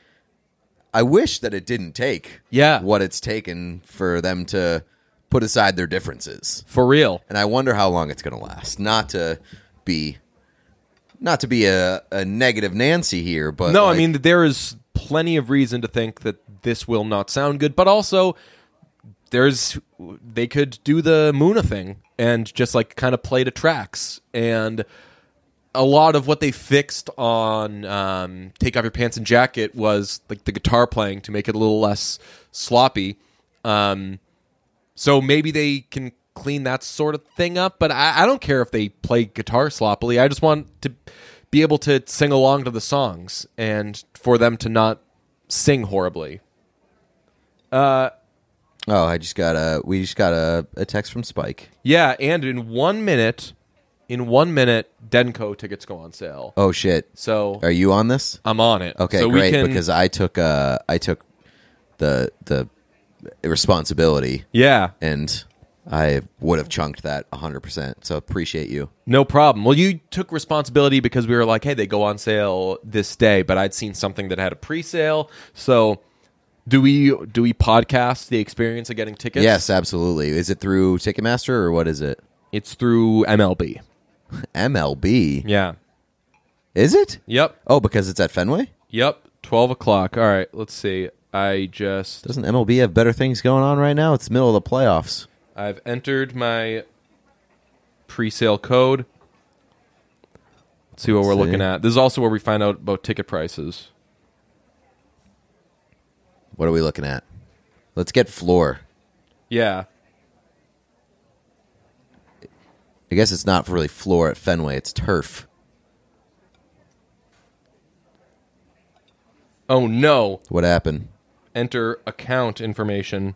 Speaker 1: I wish that it didn't take
Speaker 2: Yeah.
Speaker 1: what it's taken for them to put aside their differences.
Speaker 2: For real.
Speaker 1: and I wonder how long it's going to last. Not to be, not to be a, a negative Nancy here, but
Speaker 2: No,
Speaker 1: like,
Speaker 2: I mean there is plenty of reason to think that this will not sound good, but also there's they could do the Muna thing and just like kind of play to tracks and a lot of what they fixed on um, take off your pants and jacket was like the guitar playing to make it a little less sloppy um, so maybe they can clean that sort of thing up but I, I don't care if they play guitar sloppily i just want to be able to sing along to the songs and for them to not sing horribly
Speaker 1: oh, I just got a, we just got a, a text from Spike.
Speaker 2: yeah and in one minute in one minute denko tickets go on sale
Speaker 1: Oh shit,
Speaker 2: so
Speaker 1: are you on this?
Speaker 2: i'm on it
Speaker 1: Okay,
Speaker 2: so we
Speaker 1: great
Speaker 2: can-
Speaker 1: because I took, uh, I took the the responsibility,
Speaker 2: yeah
Speaker 1: and I would have chunked that hundred percent. So appreciate you.
Speaker 2: No problem. Well, you took responsibility because we were like, hey, they go on sale this day, but I'd seen something that had a pre-sale. So, do we do we podcast the experience of getting tickets?
Speaker 1: Yes, absolutely. Is it through Ticketmaster or what is it?
Speaker 2: it's through MLB.
Speaker 1: MLB
Speaker 2: Yeah.
Speaker 1: is it?
Speaker 2: Yep.
Speaker 1: Oh, because it's at Fenway.
Speaker 2: Yep. Twelve o'clock. All right. Let's see. I just
Speaker 1: Doesn't MLB have better things going on right now? It's the middle of the playoffs.
Speaker 2: I've entered my pre-sale code. Let's see what we're
Speaker 1: See.
Speaker 2: looking at. This is also where we find out about ticket prices.
Speaker 1: What are we looking at? Let's get floor.
Speaker 2: Yeah.
Speaker 1: I guess it's not really floor at Fenway. It's turf.
Speaker 2: Oh no.
Speaker 1: What happened?
Speaker 2: Enter account information.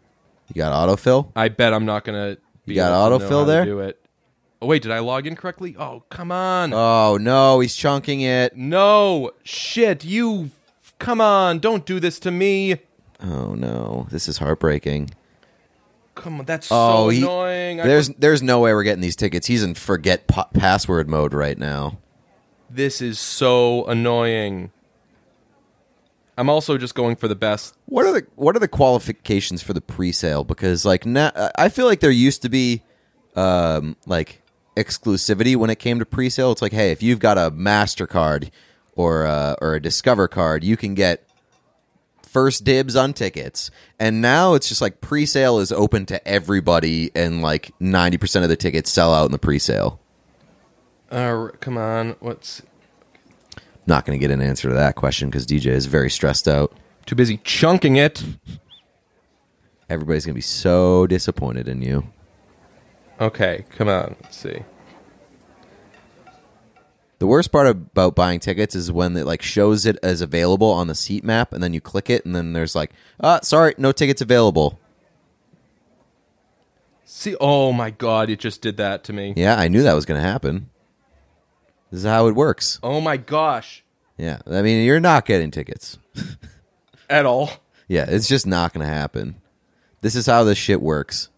Speaker 1: You got autofill?
Speaker 2: I bet I'm not gonna. Be
Speaker 1: You got
Speaker 2: able to know
Speaker 1: autofill
Speaker 2: how to
Speaker 1: there?
Speaker 2: do it. Oh wait, did I log in correctly? Oh come on.
Speaker 1: Oh no, he's chunking it.
Speaker 2: no shit. You come on. Don't do this to me.
Speaker 1: Oh no, this is heartbreaking.
Speaker 2: Come on. That's
Speaker 1: Oh,
Speaker 2: so
Speaker 1: he-
Speaker 2: annoying. I
Speaker 1: There's there's no way we're getting these tickets. He's in forget pa- password mode right now.
Speaker 2: This is so annoying. I'm also just going for the best.
Speaker 1: What are the what are the qualifications for the pre-sale? Because like now, I feel like there used to be um, like exclusivity when it came to pre-sale. It's like, hey, if you've got a Mastercard or uh, or a Discover card, you can get first dibs on tickets. And now it's just like pre-sale is open to everybody, and like ninety percent of the tickets sell out in the pre-sale.
Speaker 2: Uh, come on. What's
Speaker 1: Not going to get an answer to that question because DJ is very stressed out.
Speaker 2: too busy chunking it?
Speaker 1: Everybody's going to be so disappointed in you.
Speaker 2: Okay, come on. Let's see.
Speaker 1: The worst part about buying tickets is when it like shows it as available on the seat map, and then you click it, and then there's like, ah, sorry, no tickets available.
Speaker 2: See, oh my god, it just did that to me.
Speaker 1: Yeah, I knew that was going to happen. This is how it works.
Speaker 2: Oh my gosh,
Speaker 1: Yeah, I mean, you're not getting tickets.
Speaker 2: at all.
Speaker 1: Yeah, it's just not going to happen. This is how this shit works.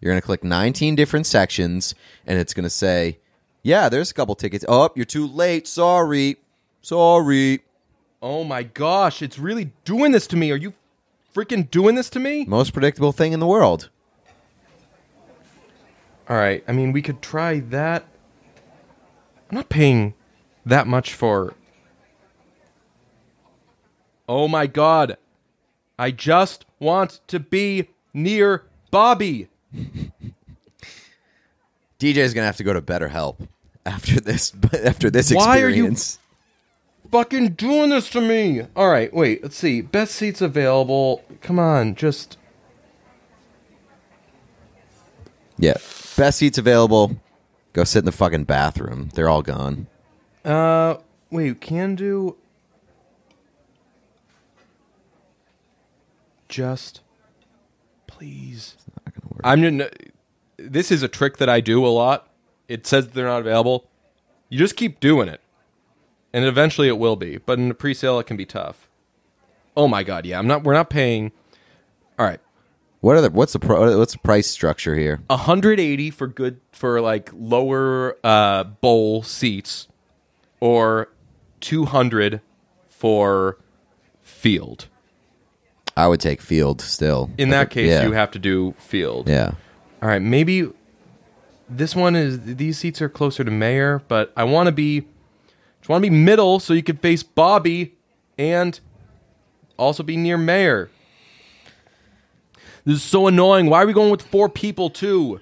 Speaker 1: You're going to click 19 different sections, and it's going to say, yeah, there's a couple tickets. Oh, you're too late. Sorry. Sorry.
Speaker 2: Oh my gosh, it's really doing this to me. Are you freaking doing this to me?
Speaker 1: Most predictable thing in the world.
Speaker 2: All right. I mean, we could try that. I'm not paying that much for. Oh my god. I just want to be near Bobby.
Speaker 1: DJ's gonna have to go to BetterHelp after this. After this
Speaker 2: Why are you-
Speaker 1: experience,
Speaker 2: Fucking doing this to me. All right, wait. Let's see. Best seats available. Come on, just
Speaker 1: yeah, best seats available. Go sit in the fucking bathroom. They're all gone.
Speaker 2: uh wait, can do just please
Speaker 1: Not gonna work.
Speaker 2: I'm gonna. This is a trick that I do a lot. It says they're not available. You just keep doing it, and eventually it will be. But in the pre-sale, it can be tough. Oh my god, yeah, I'm not. We're not paying. All right,
Speaker 1: What are the, What's the pro, What's the price structure here?
Speaker 2: 180 for good for like lower uh, bowl seats, or 200 for field.
Speaker 1: I would take field still.
Speaker 2: In
Speaker 1: I
Speaker 2: that
Speaker 1: think-
Speaker 2: case,
Speaker 1: yeah.
Speaker 2: you have to do field.
Speaker 1: yeah.
Speaker 2: All right, maybe this one is these seats are closer to Mayor, but I want to be just want to be middle so you could face Bobby and also be near Mayor. This is so annoying. Why are we going with four people too?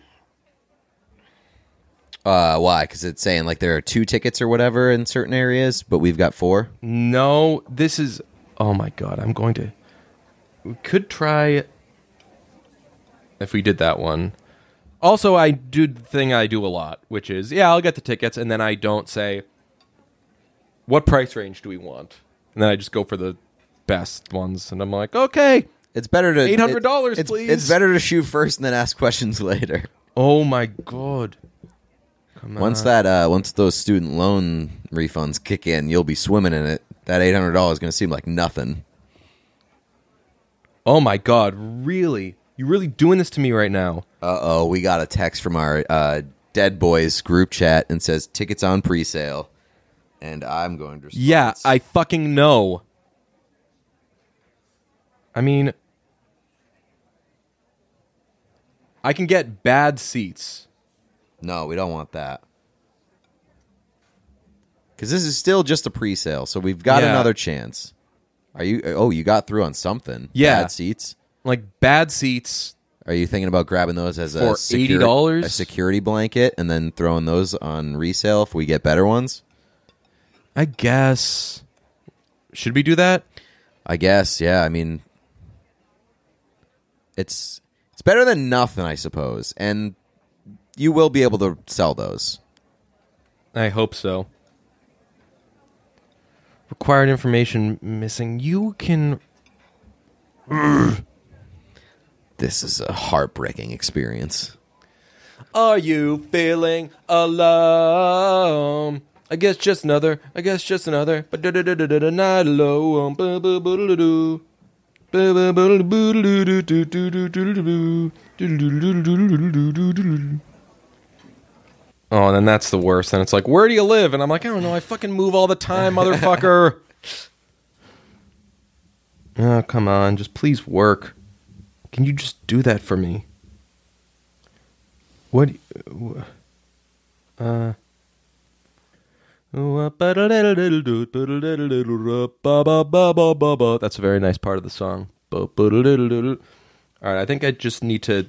Speaker 1: Uh, why? Because it's saying like there are two tickets or whatever in certain areas, but we've got four.
Speaker 2: No, this is oh my god, I'm going to we could try if we did that one. Also, I do the thing I do a lot, which is yeah, I'll get the tickets and then I don't say what price range do we want? And then I just go for the best ones and I'm like, "Okay.
Speaker 1: It's better to
Speaker 2: $800,
Speaker 1: it's-
Speaker 2: please.
Speaker 1: It's better to shoot first and then ask questions later.
Speaker 2: Oh my god." Come on.
Speaker 1: Once that uh, once those student loan refunds kick in, you'll be swimming in it. That eight hundred dollars is going to seem like nothing.
Speaker 2: oh my god, really? You really doing this to me right now?
Speaker 1: Uh oh, we got a text from our uh, Dead Boys group chat and says tickets on pre-sale, and I'm going to respond.
Speaker 2: Yeah, I fucking know. I mean, I can get bad seats.
Speaker 1: no, we don't want that because this is still just a pre-sale, so we've got
Speaker 2: Yeah.
Speaker 1: another chance. Are you? Oh, you got through on something.
Speaker 2: Yeah.
Speaker 1: Bad seats.
Speaker 2: Like bad seats.
Speaker 1: Are you thinking about grabbing those as a
Speaker 2: For
Speaker 1: security-
Speaker 2: $80?
Speaker 1: a security blanket, and then throwing those on resale if we get better ones?
Speaker 2: I guess. Should we do that?
Speaker 1: I guess, yeah. I mean, it's it's better than nothing, I suppose. And you will be able to sell those.
Speaker 2: I hope so. Required information missing. You can.
Speaker 1: This is a heartbreaking experience.
Speaker 2: Are you feeling alone? I guess just another. I guess just another. But da da da da da da not alone. Ba ba ba da do. Ba ba ba da boo da do do do do do do do do. Do do do do do do do do do do. Oh, and then that's the worst. Then it's like, where do you live? And I'm like, I don't know. I fucking move all the time, motherfucker. oh, come on. Just please work. Can you just do that for me? What? Uh. That's a very nice part of the song. All right, I think I just need to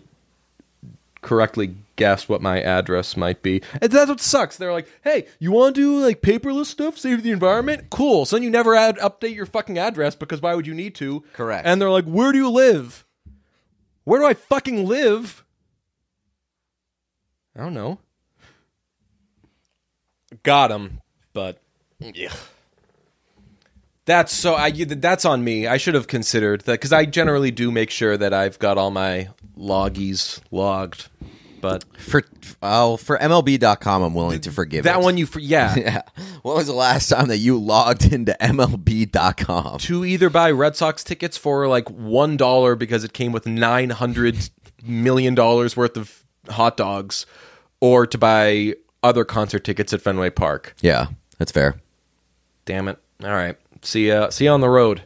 Speaker 2: correctly guess what my address might be. And that's what sucks. They're like, "Hey, you want to do like paperless stuff, save the environment? Cool." So then you never add, update your fucking address because why would you need to?
Speaker 1: Correct.
Speaker 2: And they're like, "Where do you live? Where do I fucking live?" I don't know. Got him, but yeah. That's so. I that's on me. I should have considered that because I generally do make sure that I've got all my loggies logged. But
Speaker 1: For oh, for MLB.com, I'm willing to forgive
Speaker 2: that
Speaker 1: it.
Speaker 2: one, you for, yeah.
Speaker 1: Yeah. When was the last time that you logged into MLB.com?
Speaker 2: to either buy Red Sox tickets for like one dollar because it came with nine hundred million dollars worth of hot dogs, or to buy other concert tickets at Fenway Park.
Speaker 1: Yeah, that's fair.
Speaker 2: Damn it! All right, see ya. See you on the road.